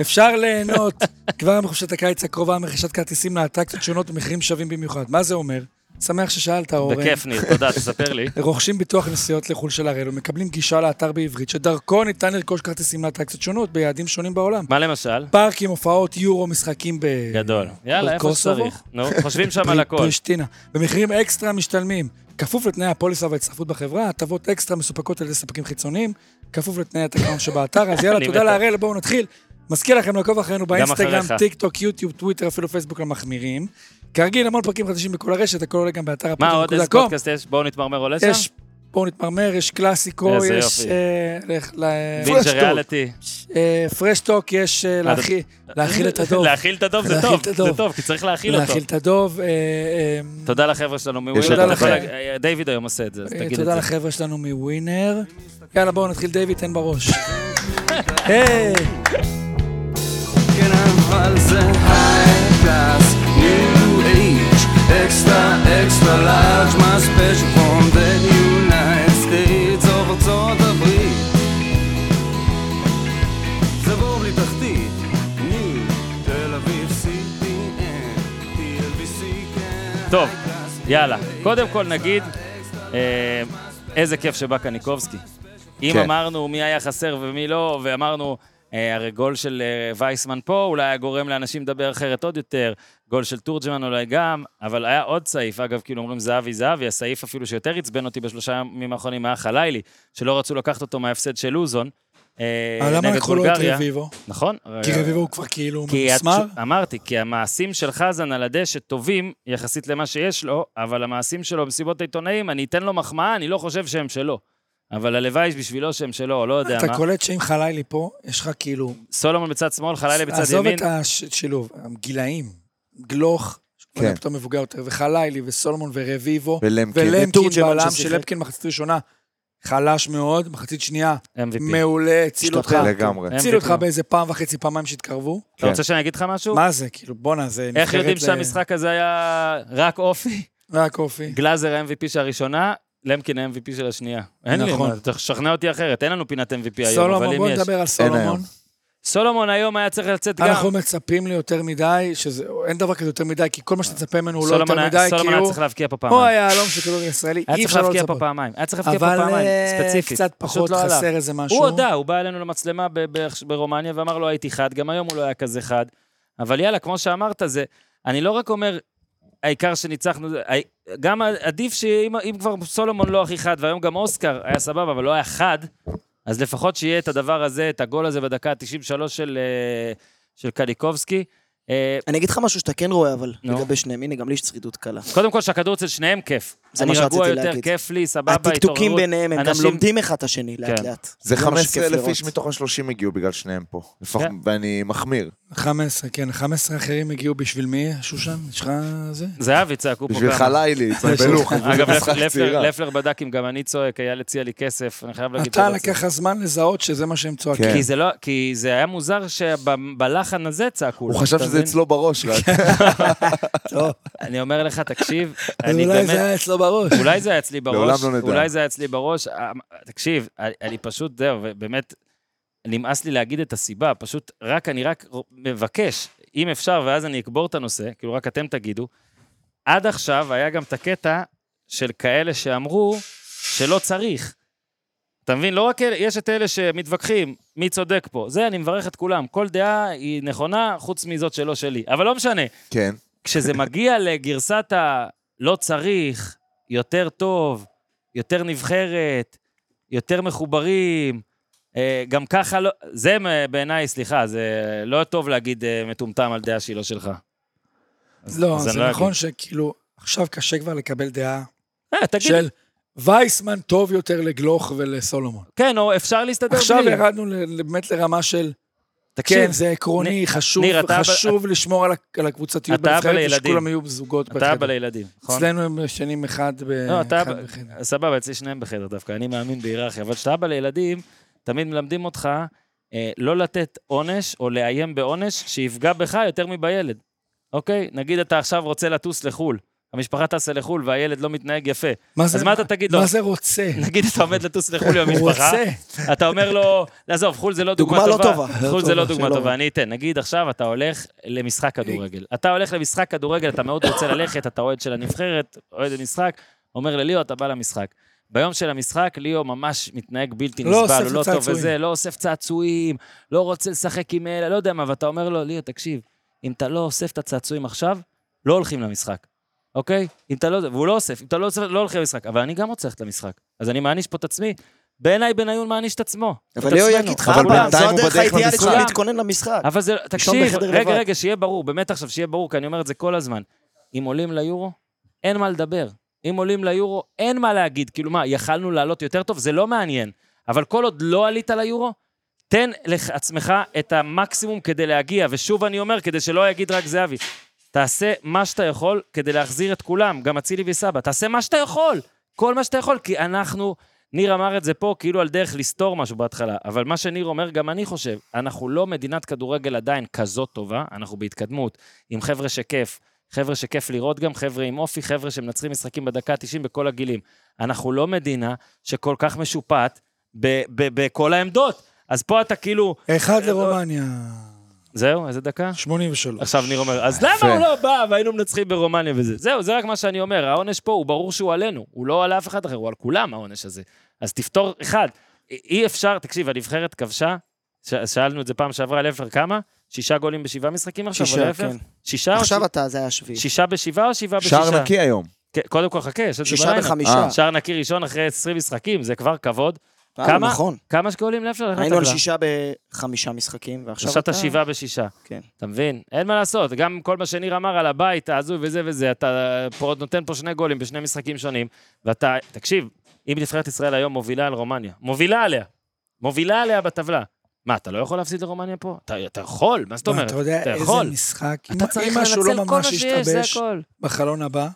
Speaker 4: אפשר ליהנות כבר מחופשת הקיץ הקרובה מרכישת כרטיסים לאטרקציות שונות במחירים שווים במיוחד. מה זה אומר? שמח ששאלת, אורן.
Speaker 1: בכיף, ניר, תודה, תספר לי.
Speaker 4: רוכשים ביטוח נסיעות לחו"ל של הראל ומקבלים גישה לאתר בעברית, שדרכו ניתן לרכוש כרטיסים לאטרקציות שונות ביעדים שונים בעולם.
Speaker 1: מה למשל?
Speaker 4: פארקים, הופעות, יורו, משחקים ב...
Speaker 1: גדול. יאללה, איפה
Speaker 4: בקוסובו?
Speaker 1: שצריך. נו, חושבים שם
Speaker 4: פר-
Speaker 1: על הכל.
Speaker 4: פרישטינה. במחירים אקסטרה משתלמים. כפוף לתנאי הפוליסה וההצטרפות בחברה, הטבות אקסטרה מסופקות על ידי ספקים חיצוניים, כפוף לתנאי התקנון שבאתר, אז
Speaker 1: אני
Speaker 4: יאללה, תודה
Speaker 1: מת.
Speaker 4: להראל, בואו נתחיל. מזכיר לכם לעקוב אחרינו באינסטגרם,
Speaker 1: אחריך.
Speaker 4: טיק טוק, יוטיוב, טוויטר, אפילו פייסבוק למחמירים. כרגיל, המון פרקים חדשים בכל הרשת, הכל עולה גם באתר
Speaker 1: מה, עוד איזה
Speaker 4: הפודקאסט.com.
Speaker 1: פודקאסט יש? בואו נתמרמר עולה שם?
Speaker 4: יש, בואו נתמרמר, יש קלאסיקו,
Speaker 1: איזה
Speaker 4: יש...
Speaker 1: יופי.
Speaker 4: אה, לך ל-
Speaker 1: בינג'ה ריאליטי.
Speaker 4: אה, פרשטוק, יש אה,
Speaker 1: אתה-
Speaker 4: להכי- להאכיל את הדוב.
Speaker 1: להאכיל את הדוב זה
Speaker 4: להאכיל
Speaker 1: טוב,
Speaker 4: את הדוב.
Speaker 1: זה טוב, כי צריך להאכיל אותו.
Speaker 4: להאכיל את הדוב. אה, אה,
Speaker 1: תודה לחבר'ה שלנו
Speaker 2: יש
Speaker 1: מווילד.
Speaker 4: תודה
Speaker 1: אתה יכול
Speaker 4: לכם.
Speaker 1: להג- דיוויד אה, היום עושה את זה, אז
Speaker 4: אה,
Speaker 1: תגיד את
Speaker 4: תודה
Speaker 1: זה.
Speaker 4: לחבר'ה שלנו מווינר. יאללה, בואו נתחיל, דיוויד, תן בראש. היי!
Speaker 1: אה,
Speaker 5: Can I find a high class, new age, extra, extra large, my special from the United States of ארצות הברית. זה בור בלי תחתית, ניו, תל אביב, CTN, TLBC, כן.
Speaker 1: טוב, יאללה. קודם כל נגיד, אה, איזה כיף שבא קניקובסקי. אם
Speaker 2: כן.
Speaker 1: אמרנו מי היה חסר ומי לא, ואמרנו, אה, הרי גול של אה, וייסמן פה אולי היה גורם לאנשים לדבר אחרת עוד יותר, גול של תורג'מן אולי גם, אבל היה עוד סעיף, אגב, כאילו אומרים זהבי זהבי, הסעיף אפילו שיותר עצבן אותי בשלושה ימים האחרונים היה חלילי, שלא רצו לקחת אותו מההפסד של לוזון. אה,
Speaker 4: אבל למה
Speaker 1: נגד
Speaker 4: לקחו לו את
Speaker 1: בולגריה.
Speaker 4: רביבו?
Speaker 1: נכון.
Speaker 4: כי רביבו הוא כבר כאילו
Speaker 1: כי את-
Speaker 4: ממוסמר.
Speaker 1: אמרתי, כי המעשים של חזן על הדשא טובים יחסית למה שיש לו, אבל המעשים שלו במסיבות העיתונאים, אני אתן לו מחמאה, אני לא חושב שהם שלו. אבל הלוואי בשבילו שהם שלו, או לא יודע
Speaker 4: אתה
Speaker 1: מה.
Speaker 4: קולט שאם חלילי פה, יש לך כאילו...
Speaker 1: סולומון בצד שמאל, חלילה בצד
Speaker 4: עזוב
Speaker 1: ימין.
Speaker 4: את השילוב, הגילאים. גלוך, שהוא
Speaker 2: כן.
Speaker 4: כן. פתאום מבוגר יותר, וחלילי, וסולומון, ורביבו,
Speaker 2: ולמקין.
Speaker 4: ולמקין
Speaker 3: ותורג'מן
Speaker 4: בעלם
Speaker 3: ששיחק.
Speaker 4: של למקין מחצית ראשונה, חלש מאוד, מחצית שנייה,
Speaker 1: MVP.
Speaker 4: מעולה, הציל אותך.
Speaker 2: כן.
Speaker 1: אה,
Speaker 2: השתפר לגמרי.
Speaker 4: הציל אותך
Speaker 1: MVP.
Speaker 4: באיזה פעם וחצי, פעמיים שהתקרבו.
Speaker 1: אתה רוצה שאני אגיד לך משהו?
Speaker 4: מה זה, כאילו, בואנה, זה נבחרת... אה,
Speaker 1: איך יודעים
Speaker 4: ל-
Speaker 1: שהמשחק הזה היה רק אופי?
Speaker 4: רק אופי.
Speaker 1: גלאזר ה-MVP של הראשונה, למקין ה-MVP של השנייה. אין לי,
Speaker 4: נכון.
Speaker 1: מה, אתה תשכנע אותי אחרת, אין לנו פינת MVP היום, אבל
Speaker 4: סולומון,
Speaker 1: אם
Speaker 4: בוא
Speaker 1: יש.
Speaker 4: נדבר על
Speaker 2: אין היום.
Speaker 4: סולומון.
Speaker 1: סולומון היום היה צריך לצאת גם.
Speaker 4: אנחנו מצפים ליותר מדי, שזה... אין דבר כזה יותר מדי, כי כל מה שתצפה ממנו הוא לא יותר
Speaker 1: סולומון היה-
Speaker 4: מדי,
Speaker 1: סולומון
Speaker 4: כי
Speaker 1: היה
Speaker 4: הוא...
Speaker 1: צריך להבקיע פה פעמיים.
Speaker 4: הוא היהלום של כדורגל ישראלי,
Speaker 1: היה
Speaker 4: אי
Speaker 1: צריך
Speaker 4: אפשר לא
Speaker 1: להבקיע פה
Speaker 4: לצפות.
Speaker 1: פעמיים, היה צריך להבקיע פה
Speaker 4: אבל
Speaker 1: פעמיים,
Speaker 4: אה,
Speaker 1: ספציפית.
Speaker 4: קצת
Speaker 1: פשוט
Speaker 4: פחות
Speaker 1: לא עלה.
Speaker 4: חסר איזה משהו.
Speaker 1: הוא הודה, הוא בא אלינו למצלמה ב- ב- ברומניה ואמר לו הייתי חד, גם היום הוא לא היה כזה חד. אבל יאללה, כמו שאמרת, זה, אני לא רק אומר, העיקר שניצחנו, זה- הי- גם עדיף שאם אם כבר סולומון לא הכי חד, והיום גם אוסקר היה סבבה, אבל לא היה חד, אז לפחות שיהיה את הדבר הזה, את הגול הזה בדקה ה-93 של, אה, של קניקובסקי. אה,
Speaker 3: אני אגיד לך משהו שאתה כן רואה, אבל
Speaker 1: נו.
Speaker 3: לגבי שניהם, הנה, גם לי יש צרידות קלה.
Speaker 1: קודם כל, שהכדור אצל שניהם כיף.
Speaker 3: זה
Speaker 1: אני
Speaker 3: מה
Speaker 1: רגוע
Speaker 3: שרציתי
Speaker 1: יותר,
Speaker 3: להגיד.
Speaker 1: כיף לי, סבבה, התעוררות.
Speaker 3: הטקטוקים ביניהם, הם גם
Speaker 1: אנשים-
Speaker 3: לומדים אחד את השני לאט
Speaker 1: כן.
Speaker 3: לאט.
Speaker 2: זה
Speaker 3: מה
Speaker 2: 15
Speaker 3: שכיף
Speaker 2: אלף
Speaker 3: לראות.
Speaker 2: איש מתוך ה-30 הגיעו בגלל שניהם פה. לפח-
Speaker 1: כן. אוקיי.
Speaker 2: ואני מחמיר.
Speaker 4: 15, כן, 15 אחרים הגיעו בשביל מי, שושן? יש לך זה?
Speaker 1: זהבי צעקו פה
Speaker 2: בשבילך לילי, בלוך.
Speaker 1: אגב,
Speaker 2: משחק
Speaker 1: לפלר-
Speaker 2: צעירה.
Speaker 1: לפלר בדק אם גם אני צועק, אייל הציע לי כסף, אני חייב להגיד
Speaker 4: אתה
Speaker 1: תודה.
Speaker 4: לקח לך זמן לזהות שזה מה שהם צועקים.
Speaker 2: כן.
Speaker 1: כי זה לא, כי זה היה מוזר שבלחן הזה צעקו לו.
Speaker 2: הוא חשב
Speaker 1: אתה
Speaker 2: שזה
Speaker 1: מבין?
Speaker 2: אצלו בראש
Speaker 1: כן.
Speaker 2: רק.
Speaker 4: טוב,
Speaker 1: אני אומר לך, תקשיב,
Speaker 4: אז
Speaker 1: אני
Speaker 4: אולי זה
Speaker 1: באמת...
Speaker 4: היה אצלו בראש.
Speaker 1: אולי זה היה אצלי בראש.
Speaker 2: לעולם לא נדע.
Speaker 1: אולי זה היה אצלי בראש. אה, תקשיב, אני- אני פשוט, זהו, באמת, נמאס לי להגיד את הסיבה, פשוט רק, אני רק מבקש, אם אפשר, ואז אני אקבור את הנושא, כאילו רק אתם תגידו. עד עכשיו היה גם את הקטע של כאלה שאמרו שלא צריך. אתה מבין? לא רק אלה, יש את אלה שמתווכחים מי צודק פה. זה, אני מברך את כולם. כל דעה היא נכונה, חוץ מזאת שלא שלי. אבל לא משנה.
Speaker 2: כן.
Speaker 1: כשזה מגיע לגרסת ה... לא צריך, יותר טוב, יותר נבחרת, יותר מחוברים, אה, גם ככה לא... זה אה, בעיניי, סליחה, זה לא טוב להגיד אה, מטומטם על דעה שהיא לא שלך. אז-
Speaker 4: לא,
Speaker 1: אז אני
Speaker 4: זה
Speaker 1: לא
Speaker 4: נכון
Speaker 1: אגיד.
Speaker 4: שכאילו, עכשיו קשה כבר לקבל דעה
Speaker 1: אה, תגיד,
Speaker 4: של וייסמן טוב יותר לגלוך ולסולומון.
Speaker 1: כן, או אפשר להסתדר בלי.
Speaker 4: עכשיו ירדנו ל- ל- באמת לרמה של,
Speaker 1: תקשיב,
Speaker 4: כן, זה עקרוני, חשוב
Speaker 1: ניר, אתה
Speaker 4: חשוב לשמור על ה- על הקבוצתיות
Speaker 1: אתה אבא
Speaker 4: בנבחרת,
Speaker 1: לילדים.
Speaker 4: ושכולם יהיו זוגות
Speaker 1: אתה אבא
Speaker 4: בנבחרת.
Speaker 1: לילדים, נכון?
Speaker 4: אצלנו הם ישנים אחד ב-
Speaker 1: לא, אתה
Speaker 4: אחד
Speaker 1: אבא-
Speaker 4: בחדר.
Speaker 1: סבבה, אצלי שניהם בחדר דווקא, אני מאמין בהיררכיה. אבל כשאתה אבא לילדים, תמיד מלמדים אותך אה, לא לתת עונש או לאיים בעונש שיפגע בך יותר מבילד. אוקיי? נגיד אתה עכשיו רוצה לטוס לחו"ל, המשפחה טסה לחו"ל והילד לא מתנהג יפה.
Speaker 4: מה זה-
Speaker 1: אז מה אתה תגיד לו?
Speaker 4: מה זה רוצה?
Speaker 1: נגיד אתה עומד לטוס לחו"ל עם
Speaker 4: הוא
Speaker 1: המשפחה,
Speaker 4: רוצה.
Speaker 1: אתה אומר לו, לעזוב, חו"ל זה לא דוגמה טובה.
Speaker 3: דוגמה לא טובה.
Speaker 1: חו"ל זה לא דוגמה
Speaker 3: שלא.
Speaker 1: טובה, אני אתן. נגיד עכשיו אתה הולך למשחק כדורגל. אתה הולך למשחק כדורגל, אתה מאוד רוצה ללכת, אתה אוהד של הנבחרת, אוהד המשחק, אומר לליאו, אתה בא למשחק. ביום של המשחק, ליאו ממש מתנהג בלתי
Speaker 4: לא
Speaker 1: נסבל, הוא
Speaker 4: אוסף
Speaker 1: לא טוב
Speaker 4: צעצועים.
Speaker 1: וזה, לא אוסף צעצועים, לא רוצה לשחק עם אלה, לא יודע מה, ואתה אומר לו, ליאו, תקשיב, אם אתה לא אוסף את הצעצועים עכשיו, לא הולכים למשחק, אוקיי? אם אתה לא... והוא לא אוסף, אם אתה לא אוסף, לא הולכים למשחק. אבל אני גם רוצה ללכת למשחק, אז אני מעניש פה את עצמי. בעיניי בניון מעניש את עצמו.
Speaker 3: אבל
Speaker 1: את
Speaker 3: ליאו
Speaker 1: עצמנו.
Speaker 3: יגיד לך,
Speaker 2: אבל
Speaker 3: אבא,
Speaker 2: בינתיים
Speaker 3: זו
Speaker 2: הוא
Speaker 3: הדרך
Speaker 2: בדרך
Speaker 3: האידיאלית שלך
Speaker 1: למשחק.
Speaker 3: להתכונן למשחק.
Speaker 1: אבל זה,
Speaker 3: לישון
Speaker 1: תקשיב,
Speaker 3: בחדר
Speaker 1: רגע,
Speaker 3: לבד.
Speaker 1: רגע, שיהיה ברור, באמת עכשיו, שיהיה ברור, כי אני אומר את זה כל הזמן. אם עולים ליורו, אין מה לדבר. אם עולים ליורו, אין מה להגיד. כאילו מה, יכלנו לעלות יותר טוב? זה לא מעניין. אבל כל עוד לא עלית ליורו, תן לעצמך את המקסימום כדי להגיע. ושוב אני אומר, כדי שלא יגיד רק זהבי, תעשה מה שאתה יכול כדי להחזיר את כולם, גם אצילי וסבא. תעשה מה שאתה יכול, כל מה שאתה יכול, כי אנחנו... ניר אמר את זה פה כאילו על דרך לסתור משהו בהתחלה, אבל מה שניר אומר, גם אני חושב, אנחנו לא מדינת כדורגל עדיין כזאת טובה, אנחנו בהתקדמות, עם חבר'ה שכיף, חבר'ה שכיף לראות גם, חבר'ה עם אופי, חבר'ה שמנצחים משחקים בדקה ה-90 בכל הגילים. אנחנו לא מדינה שכל כך משופעת ב- ב- בכל העמדות. אז פה אתה כאילו,
Speaker 4: אחד לרומניה,
Speaker 1: זהו, איזה דקה?
Speaker 4: 83.
Speaker 1: עכשיו ניר אומר, אז למה הוא לא בא והיינו מנצחים ברומניה וזה? זהו, זה רק מה שאני אומר, העונש פה הוא ברור שהוא עלינו, הוא לא על אף אחד אחר, הוא על כולם העונש הזה. אז תפתור אחד. אי- אי אפשר, תקשיב, הנבחרת כבשה, ש- שאלנו את זה פעם שעברה, להפך כמה? שישה גולים בשבעה משחקים עכשיו? או
Speaker 3: שישה,
Speaker 1: להפך?
Speaker 3: כן.
Speaker 1: שישה? או
Speaker 3: עכשיו
Speaker 1: ש-
Speaker 3: אתה, זה היה שביעי.
Speaker 1: שישה בשבעה או שבעה בשישה?
Speaker 2: שער נקי היום.
Speaker 1: כן, קודם כל חכה, יש את זה
Speaker 3: שישה
Speaker 1: בלילה.
Speaker 3: וחמישה.
Speaker 2: אה,
Speaker 1: שער נקי ראשון אחרי 20 משחקים, זה כבר כבוד.
Speaker 3: אה,
Speaker 1: כמה?
Speaker 3: נכון.
Speaker 1: כמה גולים להפך?
Speaker 3: היינו על שישה בחמישה משחקים, ועכשיו
Speaker 1: עכשיו אתה
Speaker 3: אתה...
Speaker 1: שבעה בשישה.
Speaker 3: כן.
Speaker 1: אתה מבין? אין מה לעשות, גם כל מה שניר אמר על הבית ההזוי וזה וזה, אתה פה עוד נותן פה שני גולים בשני משחקים שונים, ואתה, תקשיב, אם נבחרת ישראל היום מובילה על רומניה, מובילה עליה, מובילה עליה בטבלה. מה, אתה לא יכול להפסיד לרומניה פה? אתה, אתה יכול, מה זאת
Speaker 4: מה,
Speaker 1: אומרת?
Speaker 4: אתה יודע
Speaker 1: אתה
Speaker 4: איזה
Speaker 1: יכול.
Speaker 4: משחק,
Speaker 1: אתה
Speaker 4: אם-
Speaker 1: צריך
Speaker 4: אם משהו לא
Speaker 1: לנצל כל מה
Speaker 4: ממש
Speaker 1: שיש, זה
Speaker 4: השתבש
Speaker 1: הכל.
Speaker 4: בחלון הבא,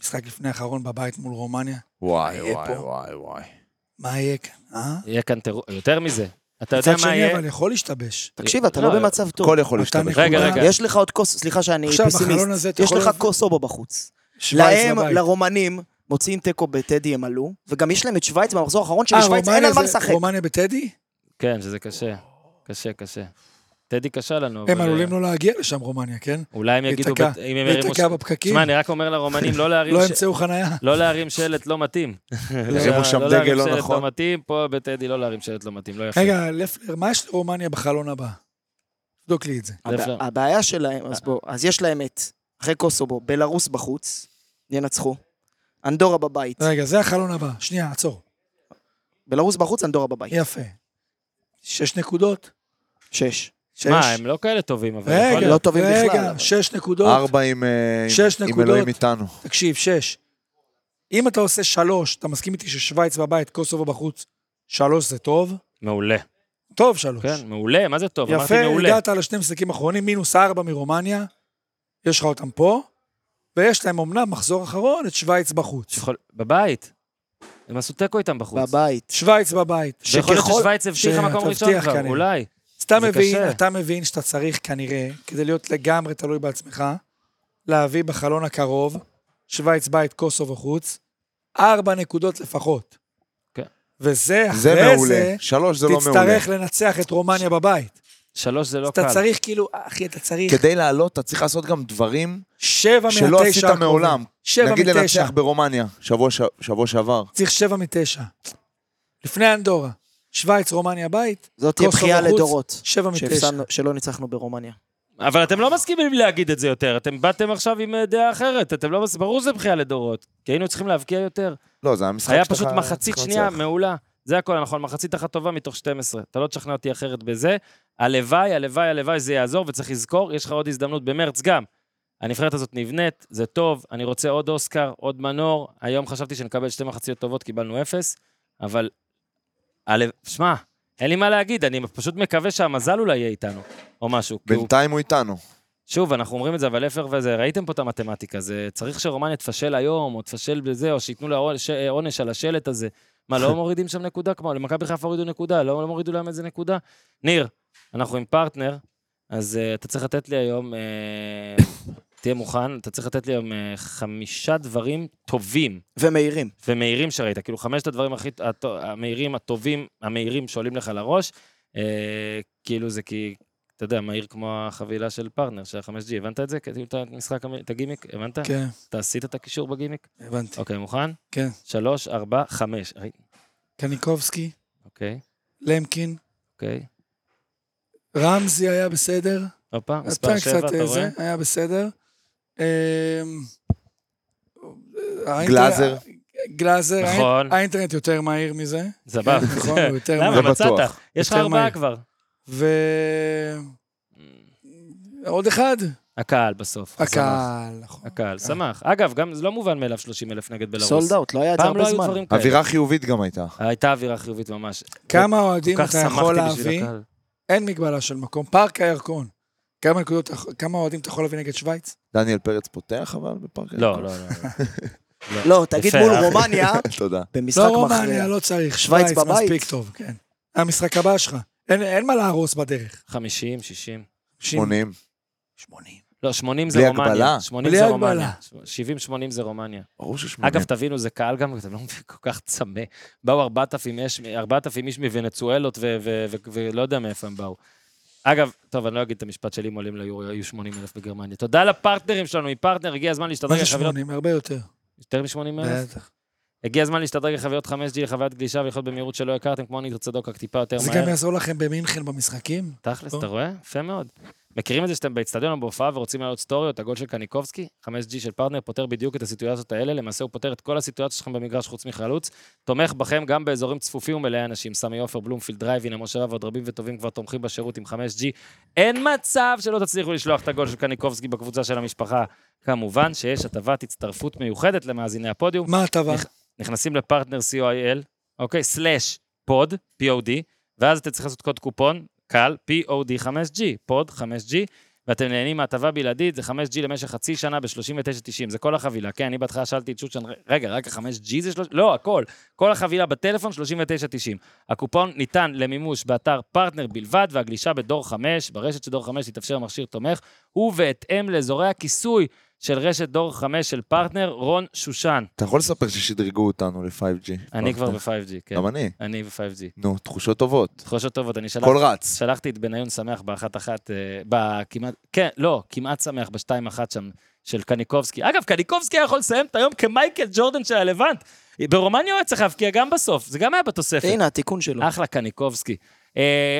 Speaker 4: משחק לפני האחרון בבית מול רומניה,
Speaker 2: וואי,
Speaker 4: יהיה
Speaker 2: וואי,
Speaker 4: פה.
Speaker 2: וואי, וואי.
Speaker 4: מה יהיה כאן, אה?
Speaker 1: יהיה כאן טרור, יותר מזה. אתה יודע
Speaker 4: מצד
Speaker 1: מה
Speaker 4: שני,
Speaker 1: יהיה?
Speaker 4: אבל יכול להשתבש.
Speaker 3: תקשיב, אתה
Speaker 1: לא,
Speaker 3: לא במצב טוב. אה,
Speaker 2: הכל יכול
Speaker 4: אתה
Speaker 2: להשתמש.
Speaker 4: נקודה-
Speaker 1: רגע, רגע.
Speaker 3: יש לך עוד קוס... סליחה שאני
Speaker 4: עכשיו,
Speaker 3: פסימיסט.
Speaker 4: בחלון הזה אתה
Speaker 3: יש
Speaker 4: יכול...
Speaker 3: לך קוסובו בחוץ.
Speaker 4: שווייץ
Speaker 3: להם,
Speaker 4: בבית.
Speaker 3: לרומנים, מוציאים תיקו בטדי, הם עלו, וגם יש להם את שווייץ במחזור האחרון, שלשווייץ אין
Speaker 4: אה, רומניה
Speaker 3: על מה
Speaker 4: זה-
Speaker 3: לשחק.
Speaker 4: רומניה בטדי?
Speaker 1: כן, שזה קשה. קשה, קשה. טדי קשה לנו,
Speaker 4: הם
Speaker 1: אבל, אה,
Speaker 4: עלולים לא להגיע לשם, רומניה, כן?
Speaker 1: אולי הם יגידו...
Speaker 4: להיתקע.
Speaker 1: בת- אם הם ירימו...
Speaker 4: להיתקע
Speaker 1: ש-
Speaker 4: בפקקים,
Speaker 1: תשמע, אני רק אומר לרומנים לא להרים...
Speaker 4: לא
Speaker 1: ש-
Speaker 4: ימצאו חנייה.
Speaker 1: לא להרים שלט לא מתאים.
Speaker 2: הרימו שם
Speaker 1: לא
Speaker 2: דגל
Speaker 1: להרים
Speaker 2: לא
Speaker 1: שלט
Speaker 2: נכון.
Speaker 1: לא מתאים, פה בטדי לא להרים שלט לא מתאים, לא יפה.
Speaker 4: רגע, לפלר, מה יש לרומניה בחלון הבא? תבדוק לי את זה.
Speaker 1: זה
Speaker 3: הבע-
Speaker 1: אפשר.
Speaker 3: הבעיה שלהם, אז בוא, אז יש להם את, אחרי קוסובו, בלרוס בחוץ, ינצחו. אנדורה בבית.
Speaker 4: רגע, זה החלון הבא. שנייה, עצור.
Speaker 3: בלרוס בחוץ, אנדורה בבית.
Speaker 4: יפה. שש נקודות.
Speaker 3: שש.
Speaker 4: שש.
Speaker 1: מה, הם לא כאלה טובים, אבל יכול
Speaker 4: רגע,
Speaker 3: לא
Speaker 1: להיות.
Speaker 3: טובים בכלל,
Speaker 4: רגע,
Speaker 3: אבל.
Speaker 4: שש נקודות.
Speaker 2: ארבע עם, אה, עם-
Speaker 4: שש
Speaker 2: עם
Speaker 4: נקודות.
Speaker 2: אלוהים איתנו.
Speaker 4: תקשיב, שש. אם אתה עושה שלוש, אתה מסכים איתי ששווייץ בבית, קוסובו בחוץ, שלוש זה טוב?
Speaker 1: מעולה.
Speaker 4: טוב שלוש.
Speaker 1: כן, מעולה, מה זה טוב? אמרתי
Speaker 4: יפה,
Speaker 1: מעולה.
Speaker 4: הגעת לשני משחקים אחרונים, מינוס ארבע מרומניה, יש לך אותם פה, ויש להם אמנם מחזור אחרון את שווייץ בחוץ.
Speaker 1: יכול- בבית. הם עשו תיקו איתם בחוץ.
Speaker 3: בבית.
Speaker 4: שווייץ בבית.
Speaker 1: ויכול להיות
Speaker 4: שככל-
Speaker 1: ששווייץ הבטיחה מקום ראשון
Speaker 4: שתבטיח
Speaker 1: כבר,
Speaker 4: כנראה.
Speaker 1: אולי.
Speaker 4: אז אתה
Speaker 1: זה
Speaker 4: מבין,
Speaker 1: קשה.
Speaker 4: אתה מבין שאתה צריך כנראה, כדי להיות לגמרי תלוי בעצמך, להביא בחלון הקרוב, שווייץ בית, קוסובו חוץ, ארבע נקודות לפחות.
Speaker 1: כן.
Speaker 4: וזה, אחרי
Speaker 2: זה
Speaker 4: זה,
Speaker 2: מעולה. שלוש זה לא מעולה.
Speaker 4: תצטרך לנצח את רומניה בבית.
Speaker 1: שלוש זה לא
Speaker 4: אתה
Speaker 1: קל.
Speaker 4: צריך כאילו, אחי, אתה צריך
Speaker 2: כדי לעלות, אתה צריך לעשות גם דברים
Speaker 4: שבע מהתשע.
Speaker 2: שלא עשית
Speaker 4: הקרובים.
Speaker 2: מעולם.
Speaker 4: שבע
Speaker 2: נגיד
Speaker 4: מתשע.
Speaker 2: לנצח ברומניה, שבוע ש- שבוע שעבר.
Speaker 4: צריך שבע מתשע. לפני אנדורה, שווייץ, רומניה בית,
Speaker 3: זאת תהיה
Speaker 4: קוסובו
Speaker 3: בכייה
Speaker 4: בחוץ,
Speaker 3: לדורות.
Speaker 4: שבע מתשע.
Speaker 3: שהפסדנו- שלא ניצחנו ברומניה.
Speaker 1: אבל אתם לא מסכימים להגיד את זה יותר, אתם באתם עכשיו עם אה, דעה אחרת, אתם לא מסכימים, ברור שזה בכייה לדורות, כי היינו צריכים להבקיע יותר.
Speaker 2: לא, זה היה משחק
Speaker 1: היה
Speaker 2: שאתה
Speaker 1: פשוט
Speaker 2: חי-
Speaker 1: מחצית
Speaker 2: צריך
Speaker 1: שנייה
Speaker 2: לנצח.
Speaker 1: מעולה. זה הכל, נכון, מחצית אחת טובה מתוך 12. אתה לא תשכנע אותי אחרת בזה. הלוואי, הלוואי, הלוואי זה יעזור, וצריך לזכור, יש לך עוד הזדמנות במרץ גם. הנבחרת הזאת נבנית, זה טוב, אני רוצה עוד אוסקר, עוד מנור. היום חשבתי שנקבל שתי מחציות טובות, קיבלנו אפס, אבל... הלו- שמע, אין לי מה להגיד, אני פשוט מקווה שהמזל אולי יהיה איתנו, או משהו. כי הוא-
Speaker 2: בינתיים הוא איתנו.
Speaker 1: שוב, אנחנו אומרים את זה, אבל אפר וזה, ראיתם פה את המתמטיקה, זה צריך שרומניה תפשל היום, או תפשל בזה, או שייתנו לה עונש- עונש על השלט הזה. מה, לא מורידים שם נקודה? כמו, למכבי חיפה הורידו נקודה, לא, לא מורידו להם איזה נקודה? ניר, אנחנו עם פרטנר, אז uh, אתה צריך לתת לי היום, uh, תהיה מוכן, אתה צריך לתת לי היום uh, חמישה דברים טובים
Speaker 3: ומהירים.
Speaker 1: ומהירים שראית, כאילו חמשת הדברים הכי, הטו- המהירים, הטובים, המהירים שעולים לך לראש, אה, כאילו זה כי, אתה יודע, מהיר כמו החבילה של פרטנר, של ה-5G, הבנת את זה? כאילו את המשחק, המ- את הגימיק, הבנת?
Speaker 4: כן,
Speaker 1: אתה עשית את הקישור בגימיק?
Speaker 4: הבנתי.
Speaker 1: אוקיי, מוכן?
Speaker 4: כן.
Speaker 1: שלוש, ארבע, חמש. ראי-
Speaker 4: קניקובסקי,
Speaker 1: אוקיי,
Speaker 4: למקין,
Speaker 1: אוקיי.
Speaker 4: רמזי היה בסדר.
Speaker 1: הופה, מספר
Speaker 4: נתן
Speaker 1: שבע,
Speaker 4: קצת
Speaker 1: אתה
Speaker 4: אה,
Speaker 1: רואה?
Speaker 4: זה, היה בסדר. אמ, האינטרנט-
Speaker 2: גלאזר.
Speaker 4: גלאזר,
Speaker 1: נכון.
Speaker 4: האינ- האינטרנט יותר מהיר מזה.
Speaker 1: זבח.
Speaker 4: נכון, הוא יותר
Speaker 1: למה,
Speaker 4: מהיר.
Speaker 2: זה
Speaker 1: מצאת?
Speaker 2: בטוח.
Speaker 1: יש לך
Speaker 4: יותר
Speaker 1: ארבעה
Speaker 4: מהיר.
Speaker 1: כבר.
Speaker 4: ועוד אחד,
Speaker 1: הקהל בסוף. שמח.
Speaker 4: הקהל, נכון.
Speaker 1: הקהל, שמח. אגב, גם זה לא מובן מאליו 30 אלף נגד בלרוס.
Speaker 3: סולד אאוט, לא היה את זה
Speaker 1: פעם לא
Speaker 3: הרבה
Speaker 1: היו
Speaker 3: זמן.
Speaker 1: דברים כאלה.
Speaker 2: אווירה חיובית גם הייתה.
Speaker 1: הייתה אווירה חיובית ממש.
Speaker 4: כמה אוהדים
Speaker 1: כל כך
Speaker 4: אתה
Speaker 1: שמחתי
Speaker 4: יכול
Speaker 1: בשביל
Speaker 4: להביא?
Speaker 1: הקהל.
Speaker 4: אין מגבלה של מקום. פארק הירקון. כמה נקודות, כמה אוהדים אתה יכול להביא נגד שווייץ?
Speaker 2: דניאל פרץ פותח אבל בפארק?
Speaker 1: לא, לא, לא. לא.
Speaker 3: לא, תגיד
Speaker 1: יפה,
Speaker 3: מול
Speaker 1: אחי.
Speaker 3: רומניה,
Speaker 2: תודה.
Speaker 3: במשחק
Speaker 4: לא
Speaker 3: מכריע.
Speaker 4: רומניה, לא צריך.
Speaker 3: שווייץ
Speaker 4: שווייץ
Speaker 3: בבית.
Speaker 4: מספיק טוב, כן. המשחק הבא שלך. אין- אין מה להרוס בדרך.
Speaker 1: 50, 60.
Speaker 2: 80.
Speaker 4: 80.
Speaker 1: לא, 80 זה
Speaker 2: בלי
Speaker 1: רומניה.
Speaker 2: הגבלה.
Speaker 1: 80
Speaker 4: בלי
Speaker 1: זה
Speaker 4: הגבלה.
Speaker 1: רומניה. 70, 80 זה רומניה.
Speaker 2: ברור ש-80.
Speaker 1: אגב, תבינו, זה קהל גם, אתם לא מבינים, כל כך צמא. באו 4,000 איש- 4,000 איש מוונצואלות ו- ו- ו- ולא יודע מאיפה הם באו. אגב, טוב, אני לא אגיד את המשפט שלי, אם עולים ליורו, היו 80 אלף בגרמניה. תודה לפרטנרים שלנו, מפרטנר, הגיע הזמן
Speaker 4: מה
Speaker 1: להשתדרג
Speaker 4: זה
Speaker 1: לחבילות...
Speaker 4: 80? הרבה יותר.
Speaker 1: יותר מ-80 אלף?
Speaker 4: בטח.
Speaker 1: הגיע הזמן להשתדרג לחבילות 5G, לחוויית גלישה ולחיות במהירות שלא הכרתם, כמו ניר צדוק, רק טיפה יותר
Speaker 4: זה
Speaker 1: מהר.
Speaker 4: גם יעזור לכם במינכן במשחקים?
Speaker 1: תכלס,
Speaker 4: או.
Speaker 1: אתה רואה? יפה מאוד. מכירים את זה שאתם באצטדיון או בהופעה ורוצים לעלות סטורי או את הגול של קניקובסקי? 5G של פרטנר פותר בדיוק את הסיטואציות האלה, למעשה הוא פותר את כל הסיטואציות שלכם במגרש חוץ מחלוץ, תומך בכם גם באזורים צפופים ומלאי אנשים. סמי עופר, בלומפילד דרייבין, המושבה ועוד רבים וטובים כבר תומכים בשירות עם 5G. אין מצב שלא תצליחו לשלוח את הגול של קניקובסקי בקבוצה של המשפחה. כמובן שיש הטבת הצטרפות מיוחדת למאזיני הפודיום.
Speaker 4: מה ההטבה?
Speaker 1: נכ- נכנסים לפרטנר co.il, אוקיי? סלאש פוד, POD, ואז אתם צריכים לעשות קוד קופון, קל, POD 5G, פוד 5G, ואתם נהנים מהטבה בלעדית, זה 5G למשך חצי שנה ב-39.90, זה כל החבילה. כן, אני בהתחלה שאלתי את שושן, רגע, רק ה-5G זה שלוש... לא, הכל. כל החבילה בטלפון, 39.90. הקופון ניתן למימוש באתר פרטנר בלבד, והגלישה בדור 5, ברשת של דור 5 תתאפשר מכשיר תומך, ובהתאם לאזורי הכיסוי של רשת דור 5 של פרטנר, רון שושן.
Speaker 2: אתה יכול לספר ששדרגו אותנו ל-5G.
Speaker 1: אני כבר ב-5G, כן.
Speaker 2: גם אני.
Speaker 1: אני ב-5G.
Speaker 2: נו, תחושות טובות.
Speaker 1: תחושות טובות, אני שלח,
Speaker 2: הכל רץ.
Speaker 1: שלחתי את בניון שמח באחת אחת, אה, בכמעט, כן, לא, כמעט שמח בשתיים אחת שם, של קניקובסקי. אגב, קניקובסקי היה יכול לסיים את היום כמייקל ג'ורדן של הלבנט. ברומניה הוא היה צריך להבקיע גם בסוף, זה גם היה בתוספת.
Speaker 3: הנה, התיקון שלו.
Speaker 1: אחלה קניקובסקי. אה,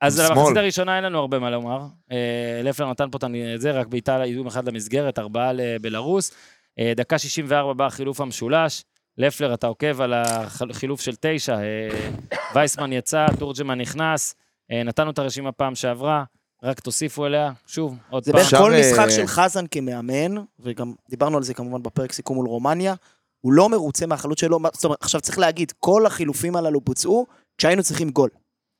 Speaker 1: אז על
Speaker 2: שמאל.
Speaker 1: המחצית הראשונה אין לנו הרבה מה לומר. אה, לפלר נתן פה את הנ- זה, רק בעיטה איום אחד למסגרת, ארבעה לבלארוס. אה, דקה 64 בא החילוף המשולש. לפלר, אתה עוקב על החילוף של תשע. אה, וייסמן יצא, תורג'מן נכנס. אה, נתנו את הרשימה פעם שעברה, רק תוסיפו אליה. שוב, עוד
Speaker 3: זה
Speaker 1: פעם.
Speaker 3: בערך
Speaker 2: אפשר,
Speaker 3: כל
Speaker 2: אה,
Speaker 3: משחק של חזן כמאמן, וגם דיברנו על זה כמובן בפרק סיכום מול רומניה, הוא לא מרוצה מהחלוץ שלו, מה- זאת אומרת, עכשיו צריך להגיד, כל החילופים הללו בוצעו כשהיינו צריכים גול.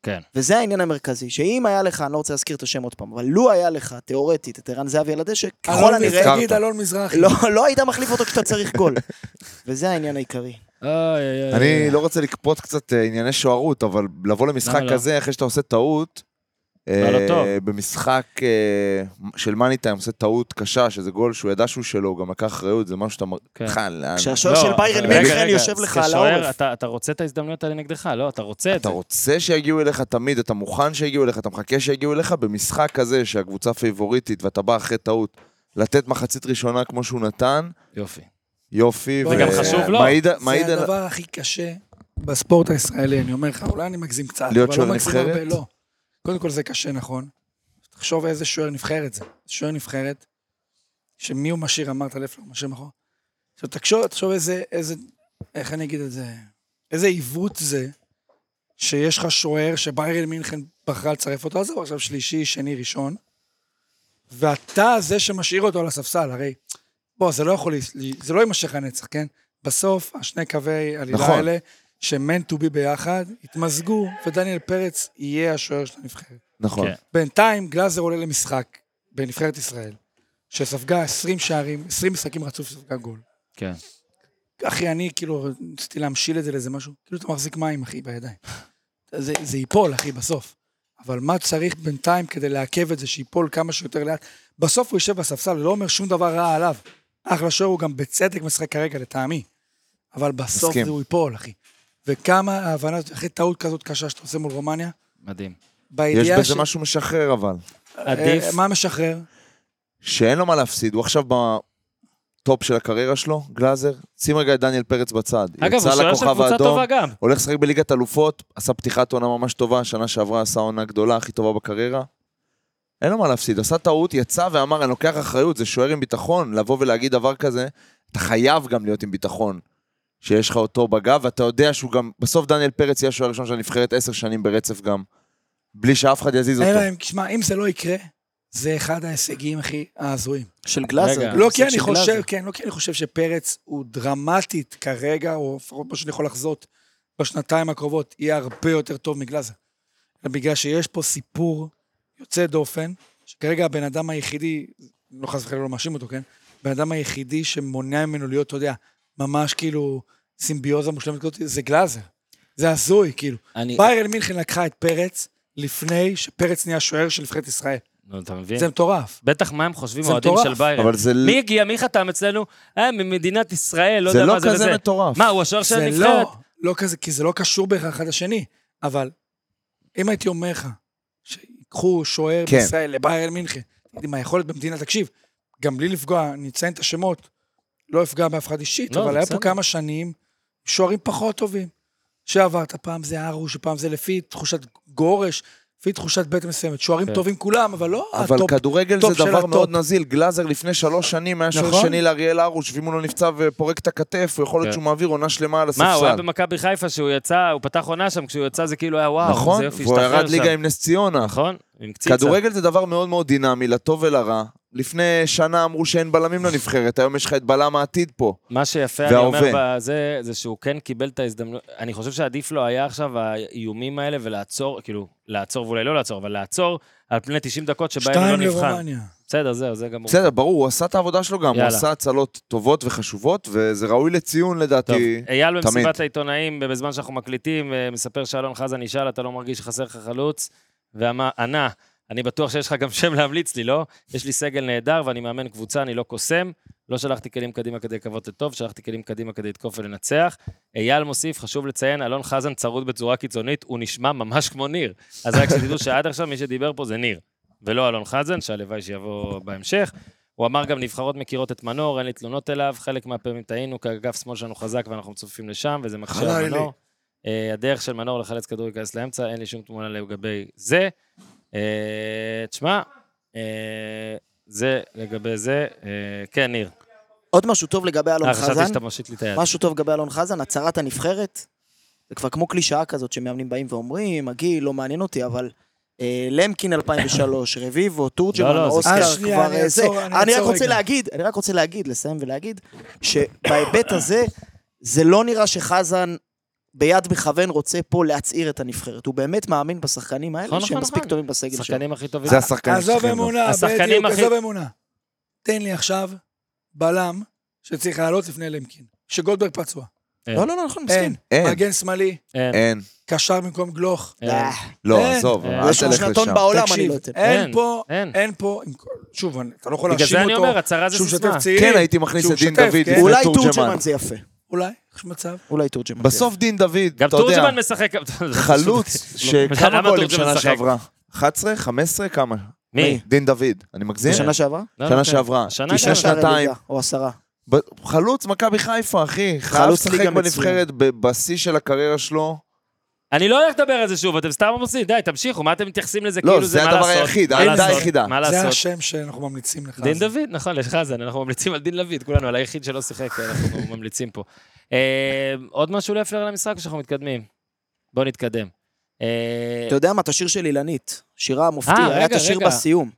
Speaker 1: כן.
Speaker 3: וזה העניין המרכזי, שאם היה לך, אני לא רוצה להזכיר את השם עוד פעם, אבל לו היה לך, תיאורטית, את ערן זהבי על
Speaker 1: אה,
Speaker 3: הדשא, ככל
Speaker 1: לא,
Speaker 4: אלון
Speaker 3: הנראה,
Speaker 2: נזכר.
Speaker 4: תגיד אלון מזרחי.
Speaker 3: לא, לא היית מחליף אותו כשאתה צריך גול. וזה העניין העיקרי.
Speaker 1: אוי, אוי, אוי.
Speaker 2: אני לא רוצה לקפוץ קצת אה, ענייני שוערות, אבל לבוא למשחק
Speaker 1: למה אה, לא?
Speaker 2: כזה אחרי שאתה עושה טעות, אה,
Speaker 1: לא טוב.
Speaker 2: במשחק אה, של מאני טיים עושה טעות קשה, שזה גול שהוא ידע שהוא שלו, הוא גם לקח אחריות, זה משהו שאתה מר...
Speaker 1: כן.
Speaker 2: חל, אה,
Speaker 3: כשהשוער
Speaker 1: לא,
Speaker 3: של ביירן
Speaker 1: אבל- רגע,
Speaker 3: מינכן
Speaker 1: רגע,
Speaker 3: יושב לך על
Speaker 1: כשוער,
Speaker 3: העורף.
Speaker 1: אתה- אתה רוצה את ההזדמנויות האלה נגדך, לא? אתה רוצה את
Speaker 2: אתה
Speaker 1: זה.
Speaker 2: רוצה שיגיעו אליך תמיד, אתה מוכן שיגיעו אליך, אתה מחכה שיגיעו אליך, במשחק כזה שהקבוצה פייבוריטית ואתה בא אחרי טעות, לתת מחצית ראשונה כמו שהוא נתן,
Speaker 1: יופי.
Speaker 2: יופי.
Speaker 4: זה
Speaker 2: ו-
Speaker 4: גם חשוב
Speaker 1: לו.
Speaker 2: מעיד- מעיד
Speaker 4: זה
Speaker 2: על...
Speaker 4: הדבר הכי קשה בספורט הישראלי, אני אומר לך, אולי אני מגזים קצת,
Speaker 2: להיות
Speaker 4: אבל
Speaker 2: שוער
Speaker 4: לא מגזים
Speaker 2: נבחרת?
Speaker 4: הרבה, לא. קודם כל זה קשה, נכון. תחשוב איזה שוער נבחרת זה. שוער נבחרת, שמי הוא משאיר, אמרת לפלר, משאיר מאחור. עכשיו תחשוב, תחשוב איזה, איזה, איך אני אגיד את זה, איזה עיוות זה, שיש לך שוער שביירן מינכן בחרה לצרף אותו, עזוב עכשיו שלישי, שני, ראשון, ואתה זה שמשאיר אותו על הספסל, הרי, בוא, זה לא יכול, לה- זה לא יימשך הנצח, כן? בסוף, השני קווי עלילה
Speaker 2: נכון.
Speaker 4: נכון. האלה, שמן טו בי ביחד, יתמזגו, ודניאל פרץ יהיה השוער של הנבחרת.
Speaker 2: נכון.
Speaker 1: כן.
Speaker 4: בינתיים גלאזר עולה למשחק בנבחרת ישראל, שספגה 20 שערים, 20 משחקים רצוף שספגה גול.
Speaker 1: כן.
Speaker 4: אחי, אני כאילו רציתי להמשיל את זה לאיזה משהו, כאילו אתה מחזיק מים, אחי, בידיים. זה, זה ייפול, אחי, בסוף. אבל מה צריך בינתיים כדי לעכב את זה, שייפול כמה שיותר לאט? בסוף הוא יושב בספסל, לא אומר שום דבר רע עליו. אחלה שוער, הוא גם בצדק משחק כרגע, לטעמי. אבל בסוף
Speaker 2: מסכים.
Speaker 4: זה הוא ייפול, אחי. וכמה ההבנה הזאת, אחרי טעות כזאת קשה שאתה עושה מול רומניה,
Speaker 1: מדהים.
Speaker 4: בידיעה
Speaker 2: יש בזה משהו משחרר אבל.
Speaker 1: עדיף,
Speaker 4: אה, מה משחרר?
Speaker 2: שאין לו מה להפסיד, הוא עכשיו בטופ של הקריירה שלו, גלאזר. שים רגע את דניאל פרץ בצד.
Speaker 1: אגב,
Speaker 2: יצא
Speaker 1: הוא שוער של
Speaker 2: לכוכב
Speaker 1: קבוצה
Speaker 2: האדום,
Speaker 1: טובה גם.
Speaker 2: הולך לשחק בליגת אלופות, עשה פתיחת עונה ממש טובה, שנה שעברה עשה עונה גדולה, הכי טובה בקריירה. אין לו מה להפסיד, עשה טעות, יצא ואמר, אני לוקח אחריות, זה שוער עם ביטחון, לבוא ולהגיד דבר כזה, אתה חייב גם להיות עם ביטחון, שיש לך אותו בגב, ואתה יודע שהוא גם, בסוף דניאל פרץ יהיה השוער הראשון של הנבחרת עשר שנים ברצף גם, בלי שאף אחד יזיז אותו.
Speaker 4: אלא אם, תשמע, אם זה לא יקרה, זה אחד ההישגים הכי הזויים.
Speaker 3: של גלאזר.
Speaker 1: רגע.
Speaker 4: לא כי
Speaker 3: של
Speaker 4: אני
Speaker 3: גלאזר.
Speaker 4: חושב, כן, לא כי אני חושב שפרץ הוא דרמטית כרגע, או לפחות מה שאני יכול לחזות בשנתיים הקרובות, יהיה הרבה יותר טוב מגלאזר. אלא בגלל שיש פה סיפור יוצא דופן, שכרגע הבן אדם היחידי, לא חס וחלילה לא מאשים אותו, כן? הבן אדם היחידי שמונע ממנו להיות, אתה יודע, ממש כאילו סימביוזה מושלמת כזאת, זה גלאזר. זה הזוי, כאילו.
Speaker 1: אני...
Speaker 4: ביירן מינכן לקחה את פרץ לפני שפרץ נהיה שוער של נבחרת ישראל.
Speaker 1: נו, אתה מבין?
Speaker 4: זה מטורף.
Speaker 1: בטח מה הם חושבים
Speaker 4: זה
Speaker 1: האוהדים
Speaker 4: מטורף.
Speaker 1: של ביירן.
Speaker 2: אבל זה-
Speaker 1: מי הגיע, מי חתם אצלנו? אה, ממדינת ישראל, לא
Speaker 2: זה
Speaker 1: יודע
Speaker 2: לא
Speaker 1: מה זה
Speaker 2: כזה
Speaker 1: וזה.
Speaker 2: מטורף.
Speaker 1: מה, הוא השוער של
Speaker 4: זה
Speaker 1: הנבחרת?
Speaker 4: לא, לא כזה, כי זה לא קשור בהכרח אחד לשני, אבל אם הייתי אומר לך, שיקחו שוער
Speaker 2: כן.
Speaker 4: בישראל לביירן מינכן, תגיד, עם היכולת במדינה, תקשיב, גם בלי לפגוע, אני אציין את השמות, לא אפגע באף אחד אישית,
Speaker 1: לא,
Speaker 4: אבל
Speaker 1: זה
Speaker 4: היה פה
Speaker 1: בסדר.
Speaker 4: כמה שנים, שוערים פחות טובים, שעברת פעם זה ארוש, פעם זה לפי תחושת גורש, לפי תחושת בית מסוימת, שוערים
Speaker 1: כן.
Speaker 4: טובים כולם, אבל לא
Speaker 2: אבל
Speaker 4: הטופ.
Speaker 2: כדורגל
Speaker 4: טופ
Speaker 2: זה
Speaker 4: של
Speaker 2: דבר
Speaker 4: הטופ.
Speaker 2: מאוד נזיל. גלאזר לפני שלוש שנים היה שוער
Speaker 4: נכון.
Speaker 2: שני לאריאל הרוש, ואם הוא לא נפצע ופורק את הכתף, הוא יכול להיות
Speaker 1: כן.
Speaker 2: שהוא מעביר עונה שלמה על
Speaker 1: מה, הוא היה
Speaker 2: הספסל.
Speaker 1: במכבי חיפה, שהוא יצא, הוא פתח עונה שם, כשהוא יצא זה כאילו היה וואו,
Speaker 2: נכון?
Speaker 1: זה יופי,
Speaker 2: והוא
Speaker 1: השתחרר
Speaker 2: ירד
Speaker 1: שם.
Speaker 2: ליגה עם נס ציונה.
Speaker 1: נכון? עם קציצה.
Speaker 2: כדורגל זה דבר מאוד מאוד דינמי, לטוב ולרע. לפני שנה אמרו שאין בלמים לנבחרת, היום יש לך את בלם העתיד פה.
Speaker 1: מה שיפה, אני אומר,
Speaker 2: וההווה.
Speaker 1: בזה, זה שהוא כן קיבל את ההזדמנות. אני חושב שעדיף לו היה עכשיו האיומים האלה ולעצור, כאילו, לעצור ואולי לא לעצור, אבל לעצור על פני 90 דקות שבהם הוא
Speaker 4: שתיים
Speaker 1: לא נבחן.
Speaker 4: לרומניה.
Speaker 1: בסדר, זהו, זה גמור.
Speaker 2: בסדר, ברור, הוא עשה את העבודה שלו גם, הוא
Speaker 1: יאללה.
Speaker 2: עשה הצלות טובות וחשובות, וזה ראוי לציון
Speaker 1: טוב,
Speaker 2: לדעתי.
Speaker 1: אייל
Speaker 2: תמיד.
Speaker 1: במסיבת העיתונאים, בזמן שאנחנו מקליטים, אה, מספר שאלון חזן ישאל, אתה לא מרגיש שחסר לך חלוץ? וענה, אני בטוח שיש לך גם שם להמליץ לי, לא? יש לי סגל נהדר ואני מאמן קבוצה, אני לא קוסם. לא שלחתי כלים קדימה כדי לקוות לטוב, שלחתי כלים קדימה כדי לתקוף ולנצח. אייל מוסיף, חשוב לציין, אלון חזן צרוד בצורה קיצונית, הוא נשמע ממש כמו ניר. אז רק שתדעו שעד עכשיו מי שדיבר פה זה ניר, ולא אלון חזן, שהלוואי שיבוא בהמשך. הוא אמר גם, נבחרות מכירות את מנור, אין לי תלונות אליו, חלק מהפעמים טעינו, כי אגף שמאל שלנו חזק ואנחנו מצופים לשם, וזה מקשה על
Speaker 4: חלילי.
Speaker 1: מנור. אה, הדרך של מנור לחלץ כדור ייכנס לאמצע, אין לי שום תמונה לגבי זה. אה, תשמע, אה, זה לגבי זה. אה, כן, ניר.
Speaker 3: עוד משהו טוב לגבי אלון
Speaker 1: אה, חשבתי
Speaker 3: חזן.
Speaker 1: שאתה מושיט לי את היד.
Speaker 3: משהו טוב לגבי אלון חזן, הצהרת הנבחרת, זה כבר כמו קלישאה כזאת שמאמנים באים ואומרים, הגיל לא מעניין אותי, אבל אה, למקין 2003, רביבו,
Speaker 1: לא,
Speaker 3: תורג'מן,
Speaker 1: לא, זה-
Speaker 4: אה,
Speaker 3: אוסקר
Speaker 4: שנייה,
Speaker 3: כבר
Speaker 4: אני
Speaker 3: אה, זה.
Speaker 4: אעצור- אני
Speaker 3: אני רק
Speaker 4: אעצור
Speaker 3: רוצה
Speaker 4: רגע.
Speaker 3: להגיד, אני רק רוצה להגיד, לסיים ולהגיד, שבהיבט הזה, זה לא נראה שחזן ביד מכוון רוצה פה להצעיר את הנבחרת. הוא באמת מאמין בשחקנים האלה,
Speaker 1: נכון,
Speaker 3: שהם
Speaker 1: נכון,
Speaker 3: מספיק
Speaker 1: נכון.
Speaker 3: טובים בסגל שלו.
Speaker 1: השחקנים הכי טובים.
Speaker 2: זה כן, השחקנים לא.
Speaker 4: עזוב
Speaker 2: שצריכים.
Speaker 4: אמונה,
Speaker 1: השחקנים
Speaker 4: בדיוק,
Speaker 1: הכי-
Speaker 4: עזוב אמונה. תן לי עכשיו בלם שצריך לעלות לפני למקין, שגולדברג פצוע.
Speaker 1: אין,
Speaker 3: לא, לא, לא, נכון, מסכים.
Speaker 4: אין,
Speaker 2: אין.
Speaker 4: מגן שמאלי,
Speaker 1: אין,
Speaker 2: אין.
Speaker 4: קשר במקום גלוך.
Speaker 1: אין,
Speaker 3: אה,
Speaker 2: לא,
Speaker 4: אין.
Speaker 2: עזוב,
Speaker 1: אין.
Speaker 2: אל
Speaker 3: יש לו
Speaker 2: תלך
Speaker 3: שנתון
Speaker 2: לשם.
Speaker 3: בעולם, אני
Speaker 4: תקשיב,
Speaker 3: לא אתן.
Speaker 1: אין,
Speaker 4: אין פה,
Speaker 1: אין.
Speaker 4: אין פה, עם כל- שוב, אני- אתה לא יכול
Speaker 1: בגלל
Speaker 4: להאשים
Speaker 1: זה
Speaker 4: אותו.
Speaker 1: אני אומר, הצהרה זה
Speaker 4: שהוא משתף
Speaker 1: סיסמה.
Speaker 4: צעירים.
Speaker 2: כן, הייתי מכניס
Speaker 4: שהוא
Speaker 2: את דין
Speaker 4: משתף,
Speaker 2: דוד
Speaker 4: כן.
Speaker 2: לפני
Speaker 3: אולי
Speaker 2: תורג'מן.
Speaker 3: תורג'מן זה יפה.
Speaker 4: אולי, יש מצב.
Speaker 3: אולי תורג'מן. זה
Speaker 2: בסוף דין דוד, אתה
Speaker 1: כן. גם
Speaker 2: יודע.
Speaker 1: תורג'מן משחק. אתה יודע,
Speaker 2: חלוץ,
Speaker 1: למה
Speaker 2: שכמה גולים
Speaker 1: תורג'מן
Speaker 2: שנה
Speaker 1: משחק?
Speaker 2: שעברה? 11? 15? כמה?
Speaker 1: מי?
Speaker 2: דין דוד. אני מגזים?
Speaker 3: יפה. שנה שעברה?
Speaker 1: לא,
Speaker 2: שנה
Speaker 1: לא,
Speaker 2: שעברה.
Speaker 1: שנה
Speaker 2: תשעה
Speaker 1: שעברה.
Speaker 2: שנתיים.
Speaker 3: שערי ליגה, או עשרה.
Speaker 2: ב- חלוץ מכבי חיפה, אחי. חייב
Speaker 3: חלוץ ליגה
Speaker 2: לשחק
Speaker 3: מצוין.
Speaker 2: בנבחרת ב- בשיא של הקריירה שלו.
Speaker 1: אני לא הולך לדבר על זה שוב, אתם סתם עמוסים, די, תמשיכו, מה אתם מתייחסים לזה
Speaker 2: לא,
Speaker 1: כאילו
Speaker 2: זה
Speaker 1: זה מה
Speaker 2: הדבר
Speaker 1: לעשות?
Speaker 2: היחיד,
Speaker 1: מה
Speaker 2: העמדה
Speaker 1: לעשות?
Speaker 2: היחידה.
Speaker 1: מה
Speaker 4: זה
Speaker 1: לעשות?
Speaker 4: השם שאנחנו ממליצים לך.
Speaker 1: דין
Speaker 4: אז-
Speaker 1: דוד, נכון, לחזן, אנחנו ממליצים על דין לויד, כולנו, על היחיד שלא שיחק, אנחנו ממליצים פה. אה, עוד משהו להפלר על המשחק או שאנחנו מתקדמים? בואו נתקדם. אה,
Speaker 3: אתה יודע מה, את השיר של אילנית, שירה המופתי,
Speaker 1: אה,
Speaker 3: היה את
Speaker 1: רגע,
Speaker 3: השיר
Speaker 1: רגע.
Speaker 3: בסיום.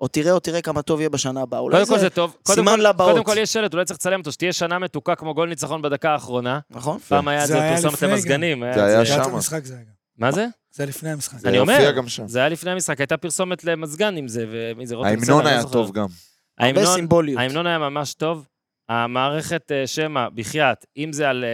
Speaker 3: או תראה, או תראה כמה טוב יהיה בשנה הבאה. אולי
Speaker 1: קודם כל
Speaker 3: זה...
Speaker 1: זה טוב. קודם
Speaker 3: סימן
Speaker 1: כל-
Speaker 3: לבאות.
Speaker 1: קודם כל יש שלט, אולי צריך לצלם אותו, שתהיה שנה מתוקה כמו גול ניצחון בדקה האחרונה.
Speaker 3: נכון?
Speaker 1: פעם היה את
Speaker 4: זה
Speaker 1: זה,
Speaker 4: היה
Speaker 1: פרסומת
Speaker 4: לפני גם.
Speaker 1: למזגנים. היה
Speaker 2: כן. זה
Speaker 1: את
Speaker 2: היה
Speaker 1: זה.
Speaker 2: שם.
Speaker 4: לקראת
Speaker 2: שמה.
Speaker 4: המשחק זה היה גם.
Speaker 1: מה זה?
Speaker 4: זה היה לפני המשחק.
Speaker 2: זה
Speaker 1: אני אומר.
Speaker 2: הופיע גם שם.
Speaker 1: זה היה לפני המשחק, הייתה פרסומת למזגן עם זה, ומי זה רותם סלע,
Speaker 2: ההמנון
Speaker 1: אני לא
Speaker 2: היה
Speaker 1: זוכר.
Speaker 2: טוב גם.
Speaker 3: הרבה
Speaker 1: ההמנון-
Speaker 3: סימבוליות.
Speaker 1: ההמנון היה ממש טוב. המערכת אה, שמע, בחייאת, אם זה על...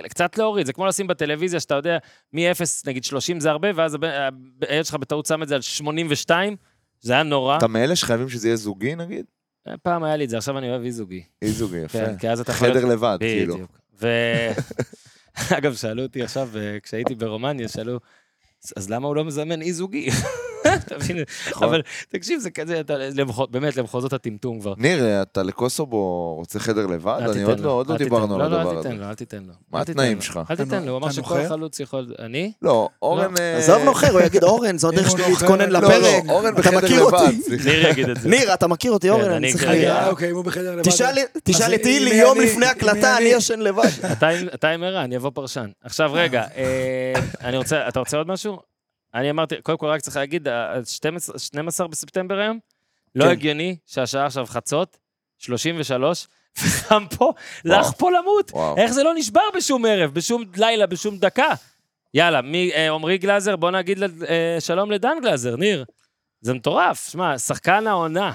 Speaker 1: אה, קצת להוריד, זה כמו לשים בטלוויזיה, שאתה יודע, מ-0, נגיד 30 זה הרבה, ואז הבן- הב- אה, הילד שלך בטעות שם את זה על 82, זה היה נורא. אה,
Speaker 2: אתה מאלה שחייבים שזה יהיה זוגי נגיד?
Speaker 1: פעם היה לי את זה, עכשיו אני אוהב אי-זוגי.
Speaker 2: אי זוגי, יפה.
Speaker 1: כן, כי אז אתה יכול...
Speaker 2: חדר לבד, כאילו.
Speaker 1: בדיוק. ו... אגב, שאלו אותי עכשיו, אה, כשהייתי ברומניה, שאלו, "אז- אז למה הוא לא מזמן אי-זוגי? אתה מבין?
Speaker 2: נכון.
Speaker 1: אבל תקשיב, זה כזה, אתה- למחוז- באמת, למחוזות הטמטום כבר.
Speaker 2: ניר, אתה לקוסובו רוצה חדר לבד?
Speaker 1: אל
Speaker 2: לא, אני
Speaker 1: תיתן
Speaker 2: עוד
Speaker 1: לו,
Speaker 2: לא, עוד לא
Speaker 1: אל תיתן
Speaker 2: דיברנו
Speaker 1: לו.
Speaker 2: על
Speaker 1: לא, לא,
Speaker 2: הדבר
Speaker 1: אל
Speaker 2: הזה.
Speaker 1: תיתן לו, אל תיתן לו.
Speaker 2: מה
Speaker 1: אל תיתן
Speaker 2: התנאים
Speaker 1: לו.
Speaker 2: שלך?
Speaker 1: אל תיתן
Speaker 4: אתה
Speaker 1: לו, הוא אמר
Speaker 4: נוחר?
Speaker 1: שכל חלוץ יכול... אני?
Speaker 2: לא, אורן... אה,
Speaker 3: עזוב נוחר, הוא יגיד, אורן, זה עוד
Speaker 4: אם
Speaker 3: איך
Speaker 4: הוא
Speaker 3: שאתה
Speaker 4: נוחר,
Speaker 3: מתכונן
Speaker 4: לא,
Speaker 2: לא, לא,
Speaker 3: לפרק.
Speaker 2: אורן
Speaker 3: אתה
Speaker 2: בחדר
Speaker 3: מכיר אותי?
Speaker 2: לבד. סליחה.
Speaker 1: ניר יגיד את זה.
Speaker 3: ניר, אתה מכיר אותי, אורן,
Speaker 1: כן,
Speaker 3: אני
Speaker 1: אני
Speaker 3: צריך...
Speaker 1: כן.
Speaker 3: להירגע.
Speaker 4: אה, אוקיי, אם הוא בחדר לבד.
Speaker 3: תשאל- תשאל
Speaker 4: אז
Speaker 3: את הילי
Speaker 4: אם
Speaker 3: יום
Speaker 4: אני-
Speaker 3: לפני
Speaker 4: אם
Speaker 3: הקלטה,
Speaker 4: אני-
Speaker 3: אני ישן לבד.
Speaker 1: אתה עם- אתה עם ערה, אני אבוא פרשן. עכשיו, רגע, אה, אני רוצה, אתה רוצה עוד משהו? אני אמרתי, קודם כל רק צריך להגיד, ה- ה- 12 12 בספטמבר היום, לא
Speaker 3: כן.
Speaker 1: הגיוני שהשעה עכשיו חצות, 33, וחם פה, לך פה למות.
Speaker 2: וואו.
Speaker 1: איך זה לא נשבר בשום ערב, בשום לילה, בשום דקה? יאללה, מי- אה, עמרי גלאזר, בוא נגיד ל- אה, שלום לדן גלאזר, ניר. זה מטורף, שמע, שחקן העונה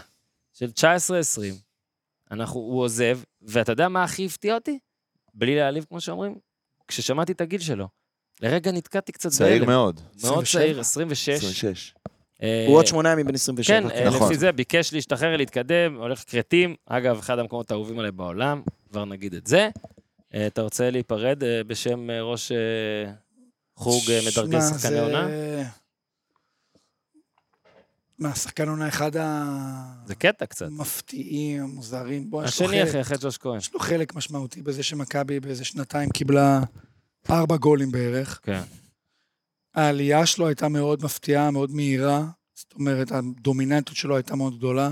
Speaker 1: של 19-20, אנחנו, הוא עוזב, ואתה יודע מה הכי הפתיע אותי? בלי להעליב, כמו שאומרים, כששמעתי את הגיל שלו. לרגע נתקעתי קצת
Speaker 2: צעיר מאוד.
Speaker 1: מאוד
Speaker 4: 27.
Speaker 1: צעיר, 26.
Speaker 2: 26.
Speaker 1: אה,
Speaker 3: הוא עוד שמונה ימים בן 27.
Speaker 1: כן, אה,
Speaker 2: נכון.
Speaker 1: לפי זה ביקש להשתחרר, להתקדם, הולך כרתים. אגב, אחד המקומות האהובים עליי בעולם, כבר נגיד את זה. אה, אתה רוצה להיפרד אה, בשם אה, ראש אה, חוג אה, מדרגי
Speaker 4: שמע,
Speaker 1: שחקני
Speaker 4: זה-
Speaker 1: עונה?
Speaker 4: מה, שחקן עונה אחד
Speaker 1: זה קטע קצת.
Speaker 4: המפתיעים, המוזרים. בוא, יש לו
Speaker 1: השני
Speaker 4: חלק-
Speaker 1: אחי, אחרי ג'וש כהן.
Speaker 4: יש לו חלק משמעותי בזה שמכבי באיזה שנתיים קיבלה ארבע גולים בערך.
Speaker 1: כן.
Speaker 4: העלייה שלו הייתה מאוד מפתיעה, מאוד מהירה. זאת אומרת, הדומיננטיות שלו הייתה מאוד גדולה.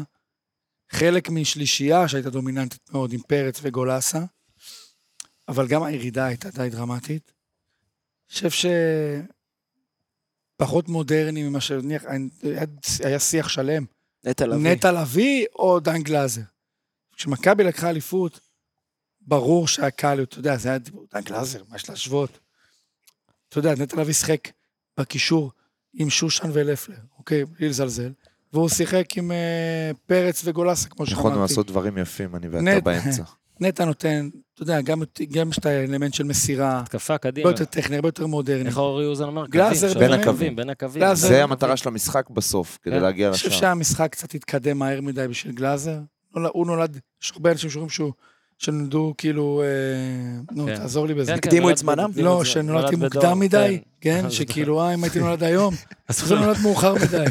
Speaker 4: חלק משלישייה שהייתה דומיננטית מאוד עם פרץ וגולסה, אבל גם הירידה הייתה די דרמטית. אני חושב שפחות מודרני ממה שנניח, היה- היה שיח שלם
Speaker 3: נטע לביא.
Speaker 4: נטע לביא או דן גלאזר. כשמכבי לקחה אליפות, ברור שהקהל, אתה יודע, זה היה דיבור, דן גלאזר, מה יש להשוות? אתה יודע, נטע לביא שיחק בקישור עם שושן ולפלר, אוקיי? בלי לזלזל. והוא שיחק עם אה, פרץ וגולסה, כמו
Speaker 2: יכולנו
Speaker 4: שאמרתי.
Speaker 2: לעשות דברים יפים, אני
Speaker 4: נט.
Speaker 2: ואתה באמצע.
Speaker 4: נטע נותן, אתה יודע, גם גם יש את האלמנט של מסירה,
Speaker 1: התקפה קדימה.
Speaker 4: הרבה יותר טכני, הרבה יותר מודרני.
Speaker 1: איך אורי אוזן אומר?
Speaker 4: גלאזר
Speaker 1: קווים,
Speaker 2: בין
Speaker 1: שומרים
Speaker 2: הקווים.
Speaker 1: קווים, בין הקווים.
Speaker 4: גלאזר.
Speaker 2: זה המטרה של המשחק בסוף, כדי
Speaker 1: כן.
Speaker 2: להגיע
Speaker 4: לא- אני חושב
Speaker 2: לשם.
Speaker 4: שהמשחק קצת התקדם מהר מדי בשביל גלאזר. לא, הוא נולד, יש הרבה אנשים שאומרים שהוא, שנולדו כאילו, אה, נו,
Speaker 1: כן.
Speaker 4: תעזור לי בזה.
Speaker 1: כן, כן,
Speaker 3: הקדימו
Speaker 1: נולד
Speaker 3: את זמנם?
Speaker 1: בדור-
Speaker 4: לא,
Speaker 1: בדור-
Speaker 4: שנולדתי
Speaker 1: נולד
Speaker 4: מוקדם
Speaker 1: בדור,
Speaker 4: מדי,
Speaker 1: אז
Speaker 4: כן,
Speaker 1: אתה-
Speaker 4: שכאילו, אה, אם הייתי נולד היום,
Speaker 1: אז
Speaker 4: אז הוא נולד מאוחר מדי.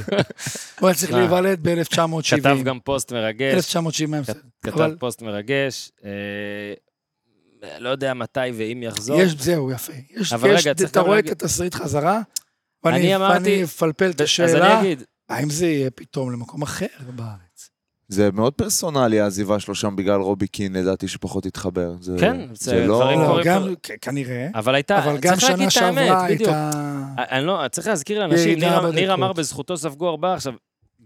Speaker 4: הוא היה צריך
Speaker 1: שמע,
Speaker 4: להיוולד
Speaker 1: אה. כתב
Speaker 4: ב-1970.
Speaker 1: גם פוסט מרגש.
Speaker 4: 1970, בסדר.
Speaker 1: כתב
Speaker 4: אבל
Speaker 1: פוסט מרגש. אה, לא יודע מתי ואם יחזור.
Speaker 4: יש, זהו, יפה. יש,
Speaker 1: אבל
Speaker 4: יש-
Speaker 1: רגע, צריך
Speaker 4: אתה
Speaker 1: גם
Speaker 4: רואה את
Speaker 1: להגיד-
Speaker 4: התסריט חזרה,
Speaker 1: אני
Speaker 4: ואני
Speaker 1: אמרתי-
Speaker 4: ואני אפלפל את
Speaker 1: אז אני
Speaker 4: השאלה,
Speaker 1: אגיד,
Speaker 4: האם זה יהיה פתאום למקום אחר בארץ?
Speaker 2: זה מאוד פרסונלי, העזיבה שלו שם בגלל רובי קין, לדעתי שפחות התחבר. זה-
Speaker 1: כן,
Speaker 2: זה
Speaker 1: זה
Speaker 2: לא...
Speaker 1: דברים
Speaker 4: לא,
Speaker 1: קורים
Speaker 4: גם, כ- כנראה.
Speaker 1: אבל הייתה,
Speaker 4: אבל גם
Speaker 1: צריך להגיד
Speaker 4: שנה
Speaker 1: את האמת,
Speaker 4: שעברה
Speaker 1: בדיוק.
Speaker 4: הייתה...
Speaker 1: אני לא, צריך להזכיר לאנשים,
Speaker 4: ירידה
Speaker 1: ניר- ניר
Speaker 4: בדקות.
Speaker 1: אמר בזכותו ספגו ארבעה, עכשיו,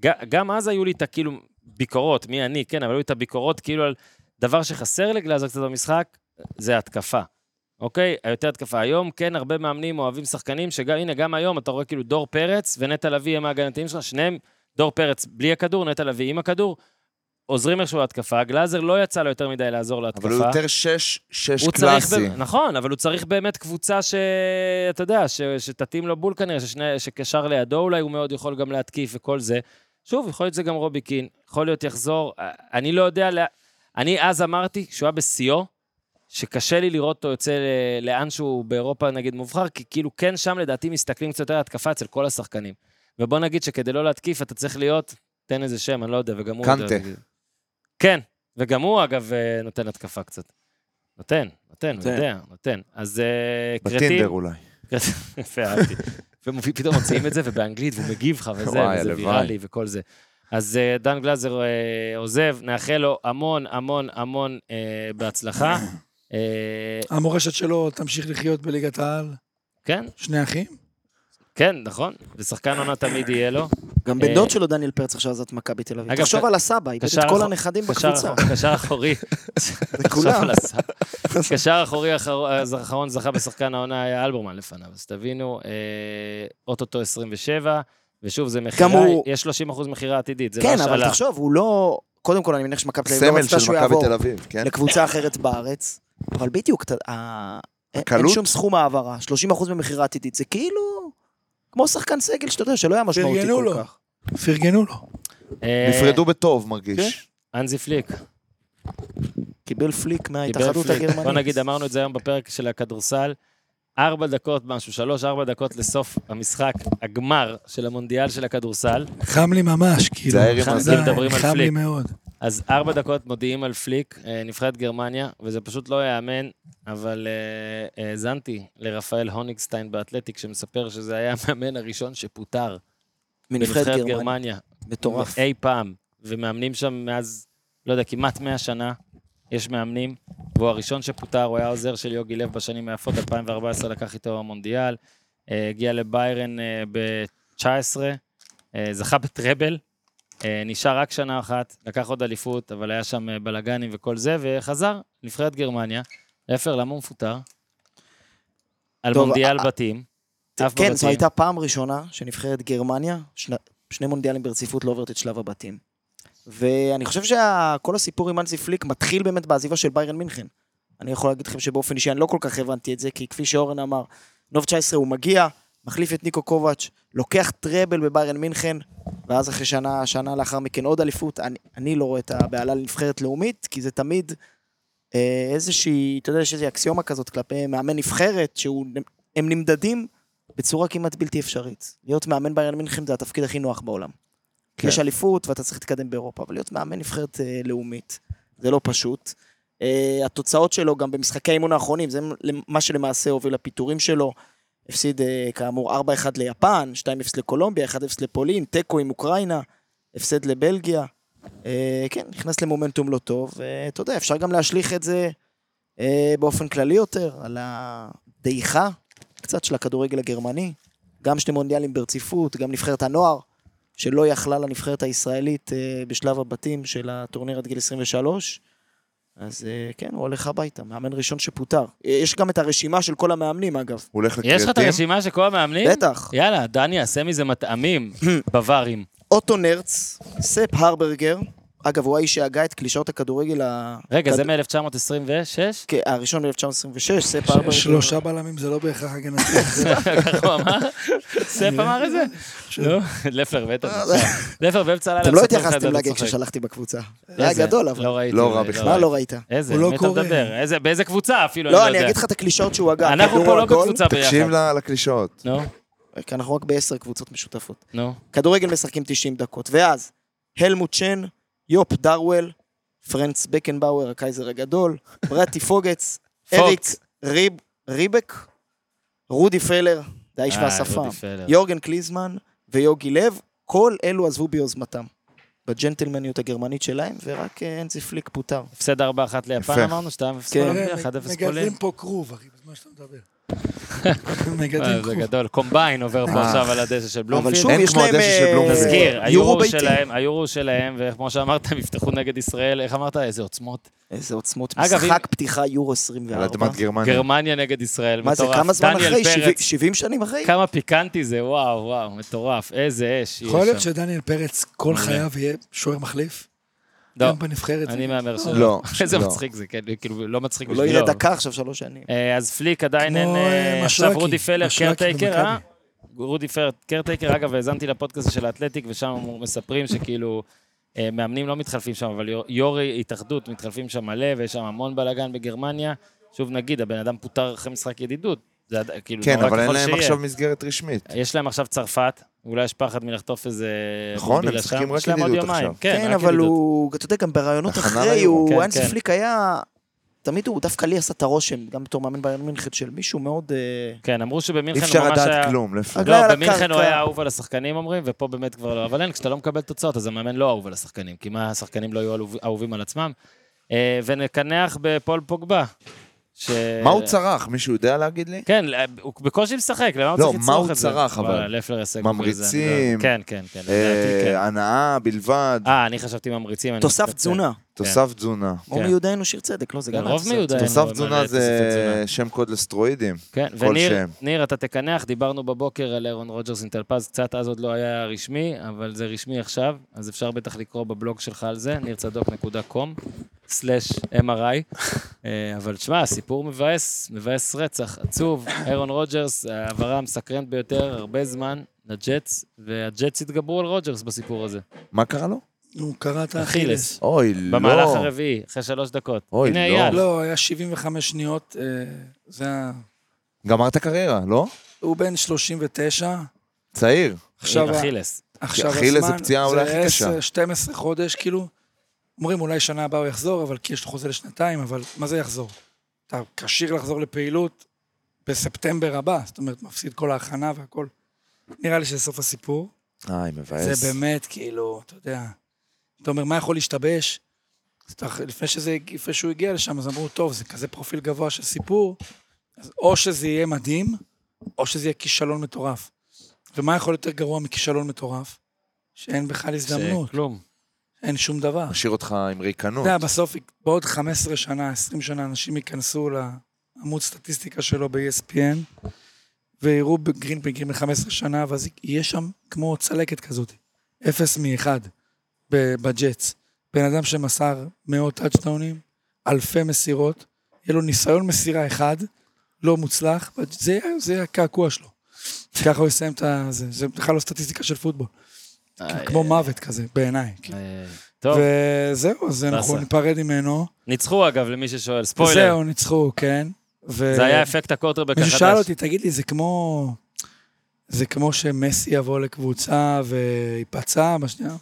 Speaker 1: ג- גם אז היו לי את הכאילו ביקורות, מי אני, כן, אבל היו לי את הביקורות כאילו על דבר שחסר לגלאזר קצת במשחק, זה התקפה. אוקיי? היותר התקפה. היום, כן, הרבה מאמנים אוהבים שחקנים, שגם, הנה, גם היום אתה רואה כאילו דור פרץ ונטע לביא הם ההגנתיים שלך, שניהם, דור פרץ בלי הכדור, נטע לביא עם הכדור, עוזרים איכשהו להתקפה. גלאזר לא יצא לו יותר מדי לעזור להתקפה.
Speaker 2: אבל הוא יותר שש, שש
Speaker 1: הוא צריך
Speaker 2: קלאסי.
Speaker 1: באמת- נכון, אבל הוא צריך באמת קבוצה ש... אתה יודע, ש... שתתאים לו בול כנראה, ששני... שקשר לידו אולי הוא מאוד יכול גם להתקיף וכל זה. שוב, יכול להיות זה גם רובי קין, יכול להיות יחזור, אה, אני לא יודע, לה... אני אז אמרתי, כשהוא היה בשיאו, שקשה לי לראות אותו יוצא ל- לאן שהוא באירופה נגיד מובחר, כי כאילו כן שם לדעתי מסתכלים קצת יותר על התקפה אצל כל השחקנים. ובוא נגיד שכדי לא להתקיף אתה צריך להיות, תן איזה שם, אני לא יודע, וגם הוא... יודע,
Speaker 2: קנטה.
Speaker 1: נגיד. כן, וגם הוא אגב אה, נותן התקפה קצת. נותן, נותן, הוא
Speaker 3: נותן.
Speaker 1: יודע, נותן. אז אה, כרתים,
Speaker 2: בטינדר אולי.
Speaker 1: יפה, אהבתי. ופתאום מוציאים את זה, ובאנגלית, והוא מגיב לך, וזה,
Speaker 2: וואי,
Speaker 1: וזה
Speaker 2: הלוואי.
Speaker 1: ויראלי וכל זה. אז אה, דן גלזר אה, עוזב, נאחל לו המון המון המון אה, בהצלחה. אה,
Speaker 4: המורשת שלו תמשיך לחיות בליגת העל.
Speaker 1: כן,
Speaker 4: שני אחים?
Speaker 1: כן, נכון. ושחקן עונה תמיד יהיה לו.
Speaker 3: גם
Speaker 1: אה,
Speaker 3: בן דוד שלו, דניאל פרץ, עכשיו עזב את מכבי תל אביב.
Speaker 1: אגב, ק-
Speaker 3: תחשוב על הסבא, איבד
Speaker 1: קשר
Speaker 3: את כל
Speaker 1: אחו-
Speaker 3: הנכדים
Speaker 1: קשר
Speaker 3: בקבוצה.
Speaker 1: אחור- קשר אחורי. עכשיו על הסף. קשר אחורי אחר- אז האחרון זכה בשחקן העונה היה אלברמן לפניו, אז תבינו, אה, אוטוטו 27, ושוב, זה מכירה,
Speaker 3: הוא-
Speaker 1: יש 30% מכירה עתידית, זה לא
Speaker 3: כן, אבל
Speaker 1: השאלה.
Speaker 3: תחשוב, הוא לא... קודם כל, אני מניח שמכבי תל אביב לא
Speaker 2: סמל
Speaker 3: רצתה
Speaker 2: של
Speaker 3: שהוא
Speaker 2: מכבי
Speaker 3: יעבור
Speaker 2: תל אביב, כן?
Speaker 3: לקבוצה אחרת בארץ, אבל בדיוק, ת- ה- אין אין
Speaker 2: הקלות?
Speaker 3: שום סכום העברה, 30% במכירה עתידית, זה כאילו... כמו שחקן סגל שאתה יודע שלא היה משמעותי
Speaker 4: פרגנו
Speaker 3: כל
Speaker 4: לו.
Speaker 3: כך.
Speaker 4: פרגנו לו.
Speaker 1: אה, כן.
Speaker 2: נפרדו בטוב, מרגיש.
Speaker 1: אנזי פליק.
Speaker 3: אה, קיבל פליק
Speaker 1: דיבר
Speaker 3: מההתאחדות
Speaker 1: פליק.
Speaker 3: הגרמנית.
Speaker 1: בוא נגיד, אמרנו את זה היום בפרק של הכדורסל. ארבע דקות משהו, שלוש, ארבע דקות לסוף המשחק, הגמר של המונדיאל של הכדורסל.
Speaker 4: חם לי ממש, כאילו.
Speaker 2: זה הערב
Speaker 4: חם-
Speaker 2: הזה.
Speaker 4: די,
Speaker 1: מדברים על
Speaker 4: חם לי
Speaker 1: פליק.
Speaker 4: מאוד.
Speaker 1: אז ארבע דקות מודיעים על פליק, אה, נבחרת גרמניה, וזה פשוט לא ייאמן, אבל אה, האזנתי לרפאל הוניגסטיין באתלטיק, שמספר שזה היה המאמן הראשון שפוטר
Speaker 3: מנבחרת
Speaker 1: בנבחרת אה,
Speaker 3: גרמניה.
Speaker 1: גרמניה.
Speaker 3: מטורף.
Speaker 1: אי פעם, ומאמנים שם מאז, לא יודע, כמעט 100 שנה, יש מאמנים, והוא הראשון שפוטר, הוא היה עוזר של יוגי לב בשנים היפות, 2014 לקח איתו המונדיאל, אה, הגיע לביירן אה, ב-19, זכה בטראבל, אה, נשאר רק שנה אחת, לקח עוד אליפות, אבל היה שם אה, בלאגנים וכל זה, וחזר, נבחרת גרמניה. אפר, למה הוא מפוטר? על
Speaker 3: טוב,
Speaker 1: מונדיאל
Speaker 3: אה,
Speaker 1: בתים. אף
Speaker 3: כן, זו
Speaker 1: בבתים.
Speaker 3: הייתה פעם ראשונה שנבחרת גרמניה, שני- שני מונדיאלים ברציפות לא עוברת את שלב הבתים. ואני חושב שכל הסיפור עם אנזי פליק מתחיל באמת בעזיבה של ביירן מינכן. אני יכול להגיד לכם שבאופן אישי אני לא כל כך הבנתי את זה, כי כפי שאורן אמר, נוב 19 הוא מגיע, מחליף את ניקו קובץ', לוקח טראבל בביירן מינכן, ואז אחרי שנה, שנה לאחר מכן עוד אליפות. אני, אני לא רואה את הבהלה לנבחרת לאומית, כי זה תמיד אה, איזושהי, אתה יודע, יש איזו אקסיומה כזאת כלפי מאמן נבחרת, שהם נמדדים בצורה כמעט בלתי אפשרית. להיות מאמן ביירן מינכן זה התפקיד הכי נוח בעולם.
Speaker 2: כן.
Speaker 3: כן. יש אליפות ואתה צריך להתקדם באירופה, אבל להיות מאמן נבחרת אה, לאומית, זה לא פשוט. אה, התוצאות שלו גם במשחקי האימון האחרונים, זה מה שלמעשה הוביל לפיטורים שלו. הפסיד אה, כאמור 4-1 ליפן, 2-0 לקולומביה, 1-0 לפולין, תיקו עם אוקראינה, הפסד לבלגיה. אה, כן, נכנס למומנטום לא טוב, ואתה יודע, אפשר גם להשליך את זה אה, באופן כללי יותר, על הדעיכה קצת של הכדורגל הגרמני, גם שני מונדיאלים ברציפות, גם נבחרת הנוער, שלא יכלה לנבחרת הישראלית אה, בשלב הבתים של הטורניר עד גיל 23. אז אה, כן, הוא הולך הביתה, מאמן ראשון שפוטר. אה, יש גם את הרשימה של כל המאמנים, אגב.
Speaker 2: הוא הולך
Speaker 1: יש לך את
Speaker 2: לקריאטים.
Speaker 1: הרשימה של כל המאמנים?
Speaker 3: בטח.
Speaker 1: יאללה, דני, עשה מזה מטעמים בווארים.
Speaker 3: אוטו נרץ, ספ הרברגר, אגב, הוא האיש שהגה את קלישאות הכדורגל ה...
Speaker 1: רגע, זה
Speaker 3: כד-
Speaker 1: מ-1926?
Speaker 3: כן, הראשון ב-1926, ספ
Speaker 4: ש-
Speaker 1: לא
Speaker 3: הרברגר.
Speaker 4: שלושה בלמים זה לא בהכרח לא הגנתי.
Speaker 1: כן, ככה הוא אמר? סף אמר את זה? לא, לפלר בטח. לפלר באמצע הלילה.
Speaker 3: אה, אתם
Speaker 1: מספר
Speaker 3: לא
Speaker 1: לך את זה,
Speaker 3: התייחסתם
Speaker 1: אתה
Speaker 3: לגג
Speaker 1: צוחק.
Speaker 3: ששלחתי בקבוצה. זה היה
Speaker 1: איזה?
Speaker 3: גדול, אבל...
Speaker 1: לא ראיתי.
Speaker 2: לא רע
Speaker 1: זה,
Speaker 2: בכלל.
Speaker 3: מה
Speaker 1: ראיתי.
Speaker 3: לא ראית?
Speaker 1: איזה,
Speaker 4: הוא לא
Speaker 1: מי אתה
Speaker 4: קורא.
Speaker 1: מדבר? איזה- באיזה קבוצה אפילו, אני לא
Speaker 3: לא,
Speaker 1: יודע.
Speaker 3: אני אגיד לך את הקלישאות שהוא הגה.
Speaker 1: אנחנו
Speaker 3: כדור
Speaker 1: פה לא
Speaker 3: הגול,
Speaker 1: בקבוצה
Speaker 2: תקשיב
Speaker 1: ביחד.
Speaker 2: לה- לקלישאות.
Speaker 1: נו,
Speaker 3: כי אנחנו רק בעשר קבוצות משותפות.
Speaker 1: נו.
Speaker 3: כדורגל משחקים 90 דקות. ואז, הלמוט שן, יופ דרוול, פרנץ בקנבאואר, הקייזר הגדול, ברטי פוגץ, אריק
Speaker 1: פוקס.
Speaker 3: ריב, ריבק, רודי פלר, זה האיש
Speaker 1: אה,
Speaker 3: והשפם,
Speaker 1: רודי פלר.
Speaker 3: יורגן קליזמן ויוגי לב, כל אלו עזבו ביוזמתם. בג'נטלמניות הגרמנית שלהם, ורק אה, אנזי פליק פוטר.
Speaker 1: הפסד 4-1 ליפן
Speaker 2: יפה.
Speaker 1: אמרנו, 2-0
Speaker 3: כן.
Speaker 1: קולומביה, 1-0 פולין.
Speaker 4: מגדלים פה כרוב, אחי, בזמן שאתה מדבר. מגדלים
Speaker 1: אה, זה
Speaker 4: כרוב.
Speaker 1: גדול. קומביין עובר פה
Speaker 2: אה.
Speaker 1: עכשיו על הדשא של
Speaker 3: אבל
Speaker 1: בלומפילד.
Speaker 3: שוב,
Speaker 2: אין
Speaker 3: יש
Speaker 2: כמו
Speaker 3: להם...
Speaker 2: הדשא של
Speaker 3: אה,
Speaker 2: בלומפילד.
Speaker 1: אז כן,
Speaker 3: יורו
Speaker 1: היורו
Speaker 3: ביתי.
Speaker 1: שלהם, היורו שלהם, וכמו שאמרת, הם יפתחו נגד ישראל, איך אמרת? איזה עוצמות.
Speaker 3: איזה עוצמות.
Speaker 1: אגב,
Speaker 3: משחק פתיחה יורו 24.
Speaker 2: על אדמת גרמניה.
Speaker 1: גרמניה נגד ישראל,
Speaker 3: מה זה,
Speaker 1: מטורף.
Speaker 3: כמה זמן
Speaker 1: דניאל
Speaker 3: אחרי?
Speaker 1: פרץ, כן.
Speaker 3: 70 70 שנים אחרי?
Speaker 1: כמה פיקנטי זה, וואו, וואו, מטורף, איזה אש יש שם.
Speaker 4: יכול להיות שדניאל פרץ כל
Speaker 1: מעולה.
Speaker 4: חייו יהיה שוער מחליף?
Speaker 1: לא,
Speaker 4: גם בנבחרת?
Speaker 1: אני מהמר שלא.
Speaker 2: לא,
Speaker 1: איזה
Speaker 2: לא.
Speaker 1: מצחיק זה, כן, כאילו, לא מצחיק
Speaker 3: הוא לא
Speaker 1: בשבילו.
Speaker 3: יראה דקה עכשיו שלוש שנים.
Speaker 1: אה, אז פליק עדיין אין...
Speaker 4: כמו,
Speaker 1: אה,
Speaker 4: אה,
Speaker 1: עכשיו
Speaker 4: משרקי,
Speaker 1: רודי פלר,
Speaker 4: משרקי
Speaker 1: קרטייקר, אה?
Speaker 4: במכבי.
Speaker 1: רודי פלר, קרטייקר, אגב, האזנתי לפודקאסט של האתלטיק, ושם אמרו- מספרים שכאילו... אה, מאמנים לא מתחלפים שם, אבל יור- יו"רי התאחדות מתחלפים שם מלא, ויש שם המון בלאגן בגרמניה. שוב נגיד, הבן אדם פוטר אחרי משחק ידידות. זה עד- כאילו,
Speaker 2: כן,
Speaker 1: נורא
Speaker 2: אבל אין
Speaker 1: ככל
Speaker 2: להם
Speaker 1: שיהיה. אה,
Speaker 2: עכשיו מסגרת רשמית.
Speaker 1: יש להם עכשיו צרפת, אולי יש פחד מלחטוף איזה...
Speaker 2: נכון, הם
Speaker 1: בומבילה
Speaker 2: משחקים
Speaker 1: שם.
Speaker 2: רק
Speaker 1: יש להם עוד
Speaker 2: ידידות
Speaker 1: יומיים.
Speaker 2: עכשיו.
Speaker 1: כן,
Speaker 3: כן,
Speaker 1: רק
Speaker 3: אבל
Speaker 1: ידידות.
Speaker 3: הוא, אתה יודע, גם ברעיונות
Speaker 2: הכנה
Speaker 3: אחרי,
Speaker 2: ליורו,
Speaker 1: כן,
Speaker 3: הוא, אנסי
Speaker 1: כן.
Speaker 3: פליק היה תמיד הוא דווקא לי עשה את הרושם, גם בתור מאמן בעיר מינכן, של מישהו מאוד... אה,
Speaker 1: כן, אמרו
Speaker 2: אי
Speaker 1: שבמינכן
Speaker 2: אפשר
Speaker 1: הוא ממש היה...
Speaker 2: לדעת כלום, להפך.
Speaker 3: רגליים
Speaker 1: לא,
Speaker 3: על
Speaker 1: במינכן הוא
Speaker 3: הקרקע.
Speaker 1: היה אהוב על השחקנים אומרים, ופה באמת כבר לא. אבל אין, כשאתה לא מקבל תוצאות, אז המאמן לא אהוב על השחקנים, כי מה, השחקנים לא יהיו אהוב- אהובים על עצמם. אה, ונקנח בפול פוגבה. ש-
Speaker 2: מה
Speaker 1: אה,
Speaker 2: הוא צרח? מישהו יודע להגיד לי?
Speaker 1: כן, הוא בקושי משחק, למה הוא
Speaker 2: לא,
Speaker 1: צריך
Speaker 2: מה
Speaker 1: לצרוך
Speaker 2: הוא
Speaker 1: את זה?
Speaker 2: צרח, אבל?
Speaker 1: וואלה, לפלר יעשה גול
Speaker 2: ממריצים.
Speaker 1: זה, אני לא- כן, כן, כן, לדעתי כן.
Speaker 2: אה, הנאה בלבד,
Speaker 1: אה, אני חשבתי ממריצים. אני
Speaker 3: תוסף
Speaker 1: מתנצל.
Speaker 3: תזונה.
Speaker 2: תוסף תזונה.
Speaker 3: או
Speaker 1: כן.
Speaker 3: מיודענו שיר צדק, לא, זה
Speaker 1: כן,
Speaker 3: גם... היה
Speaker 1: רוב
Speaker 3: תוסף
Speaker 1: מיודענו.
Speaker 3: צדק.
Speaker 2: תוסף
Speaker 1: אבל
Speaker 2: תזונה
Speaker 1: תוספת
Speaker 2: זה
Speaker 1: תזונה.
Speaker 2: שם קוד לסטרואידים.
Speaker 1: כן,
Speaker 2: כלשהם.
Speaker 1: וניר, ניר, אתה תקנח, דיברנו בבוקר על אירון רוג'רס עם טל פז, קצת אז עוד לא היה רשמי, אבל זה רשמי עכשיו, אז אפשר בטח לקרוא בבלוג שלך על זה, nirtzadok.com/mri. אה, אבל שמע, הסיפור מבאס, מבאס רצח, עצוב. אירון רוג'רס, ההעברה המסקרנת ביותר הרבה זמן לג'אטס, והג'אטס התגברו על רוג'רס בסיפור הזה.
Speaker 2: מה קרה לו?
Speaker 4: הוא קרע את
Speaker 1: אכילס.
Speaker 4: האכילס.
Speaker 2: אוי, לא.
Speaker 1: במהלך הרביעי, אחרי שלוש דקות.
Speaker 2: אוי,
Speaker 1: הנה
Speaker 2: לא.
Speaker 1: אייל.
Speaker 4: לא, היה 75 שניות, אה, זה ה...
Speaker 2: גמר את הקריירה, לא?
Speaker 4: הוא בן 39,
Speaker 2: צעיר.
Speaker 4: עכשיו ה-
Speaker 1: אכילס.
Speaker 4: עכשיו הזמן,
Speaker 2: אכילס זה פציעה אולי הכי קשה.
Speaker 4: זה 10, 12 חודש, כאילו, אומרים אולי שנה הבאה הוא יחזור, אבל כי יש לו חוזה לשנתיים, אבל מה זה יחזור? אתה כשיר לחזור לפעילות בספטמבר הבא, זאת אומרת, מפסיד כל ההכנה והכל. נראה לי שזה סוף הסיפור.
Speaker 2: איי, מבאס.
Speaker 4: זה באמת, כאילו, אתה יודע, אתה אומר, מה יכול להשתבש? אז אתה- לפני, שזה, לפני שהוא הגיע לשם, אז אמרו, טוב, זה כזה פרופיל גבוה של סיפור, אז או שזה יהיה מדהים, או שזה יהיה כישלון מטורף. ומה יכול יותר גרוע מכישלון מטורף? שאין בכלל הזדמנות,
Speaker 1: כלום.
Speaker 4: אין שום דבר.
Speaker 2: משאיר אותך עם ריקנות.
Speaker 4: אתה יודע, בסוף, בעוד 15 שנה, 20 שנה, אנשים ייכנסו לעמוד סטטיסטיקה שלו ב-ESPN, ויראו בגרינפינג מ 15 שנה, ואז יהיה שם כמו צלקת כזאת. אפס מאחד ב- בג'אטס. בן אדם שמסר מאות טאצ'דאונים, אלפי מסירות, יהיה לו ניסיון מסירה אחד, לא מוצלח, זה, זה הקעקוע שלו. ככה הוא יסיים את ה... זה, זה בכלל לא סטטיסטיקה של פוטבול. כמו מוות כזה, בעיניי. כאילו.
Speaker 1: אה, טוב,
Speaker 4: וזהו, אז אנחנו
Speaker 1: באסה.
Speaker 4: ניפרד ממנו.
Speaker 1: ניצחו אגב, למי ששואל, ספוילר.
Speaker 4: זהו, ניצחו, כן. ו...
Speaker 1: זה היה אפקט הקוטרבק החדש.
Speaker 4: מישהו שאל אותי, תגיד לי, זה כמו... זה כמו שמסי יבוא לקבוצה וייפצע בשנייה?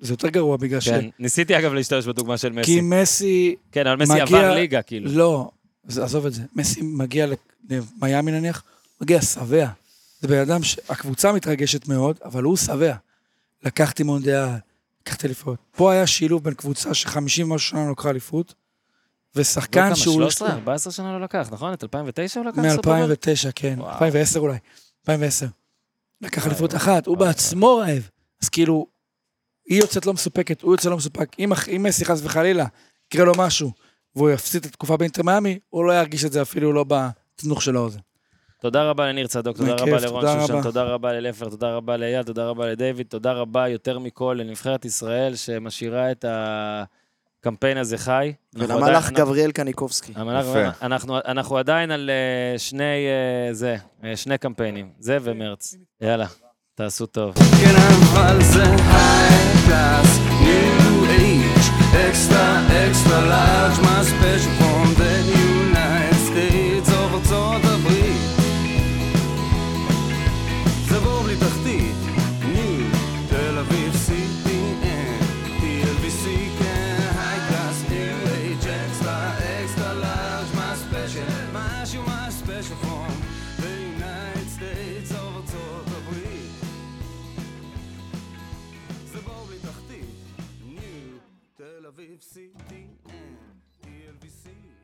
Speaker 4: זה יותר גרוע בגלל ש...
Speaker 1: כן, ניסיתי אגב להשתמש בדוגמה של
Speaker 4: כי
Speaker 1: מסי.
Speaker 4: מסי...
Speaker 1: כן, אבל מסי
Speaker 4: מגיע-
Speaker 1: עבר ליגה, כאילו.
Speaker 4: לא, אז עזוב את זה. מסי מגיע למיאמי נניח, מגיע שבע. זה בן אדם שהקבוצה מתרגשת מאוד, אבל הוא שבע. לקחתי מונדיאל, לקחתי אליפות. פה היה שילוב בין קבוצה ש-50 משהו שנה לקחה אליפות,
Speaker 1: לא כמה,
Speaker 4: ושחקן שהוא...
Speaker 1: 13, 14 שנה לא לקח, נכון? את 2009 הוא לקח? סופרבול?
Speaker 4: מ-2009, כן.
Speaker 1: וואו.
Speaker 4: 2010 אולי. 2010. לקח
Speaker 1: וואי,
Speaker 4: אליפות
Speaker 1: וואי,
Speaker 4: אחת, הוא
Speaker 1: וואי,
Speaker 4: בעצמו רעב. אז כאילו, היא יוצאת לא מסופקת, הוא יוצא לא מסופק. אם אח- אם מסי חס וחלילה יקרה לו משהו, והוא יפסיד את התקופה באינטר מיאמי, הוא לא ירגיש את זה אפילו לא בתנוך של האוזן.
Speaker 1: תודה רבה לניר צדוק, תודה
Speaker 4: בכיף,
Speaker 1: רבה לרון
Speaker 4: תודה
Speaker 1: שושן,
Speaker 4: רבה.
Speaker 1: תודה רבה ללפר, תודה רבה לאייל, תודה רבה לדיוויד, תודה רבה יותר מכל לנבחרת ישראל שמשאירה את הקמפיין הזה חי.
Speaker 3: כן,
Speaker 1: אנחנו
Speaker 3: ולמלאך
Speaker 1: עדיין-
Speaker 3: גבריאל קניקובסקי.
Speaker 1: המלאך-
Speaker 2: יפה.
Speaker 1: אנחנו- אנחנו עדיין על אה, שני, אה, זה, אה, שני קמפיינים, זה ומרץ. יאללה, תעשו טוב.
Speaker 5: כן אבל זה היי קלאס, ניו אייג', אקסטרה אקסטרה לארג', מה ספיישל פורם, דה יונייט סטייטס, אוף ארצות הברית. זה בור בלי תחתית, ניו תל אביב, CPN, TLBC, כן היי קלאס, ניו אייג', אקסטרה אקסטרה לארג', מה ספיישל, משהו מה ספיישל פורם, דה יונייט סטייטס, אוף ארצות הברית. זה בור בלי Mm, תחתית, ניו, תל אביב, CDN, TLVC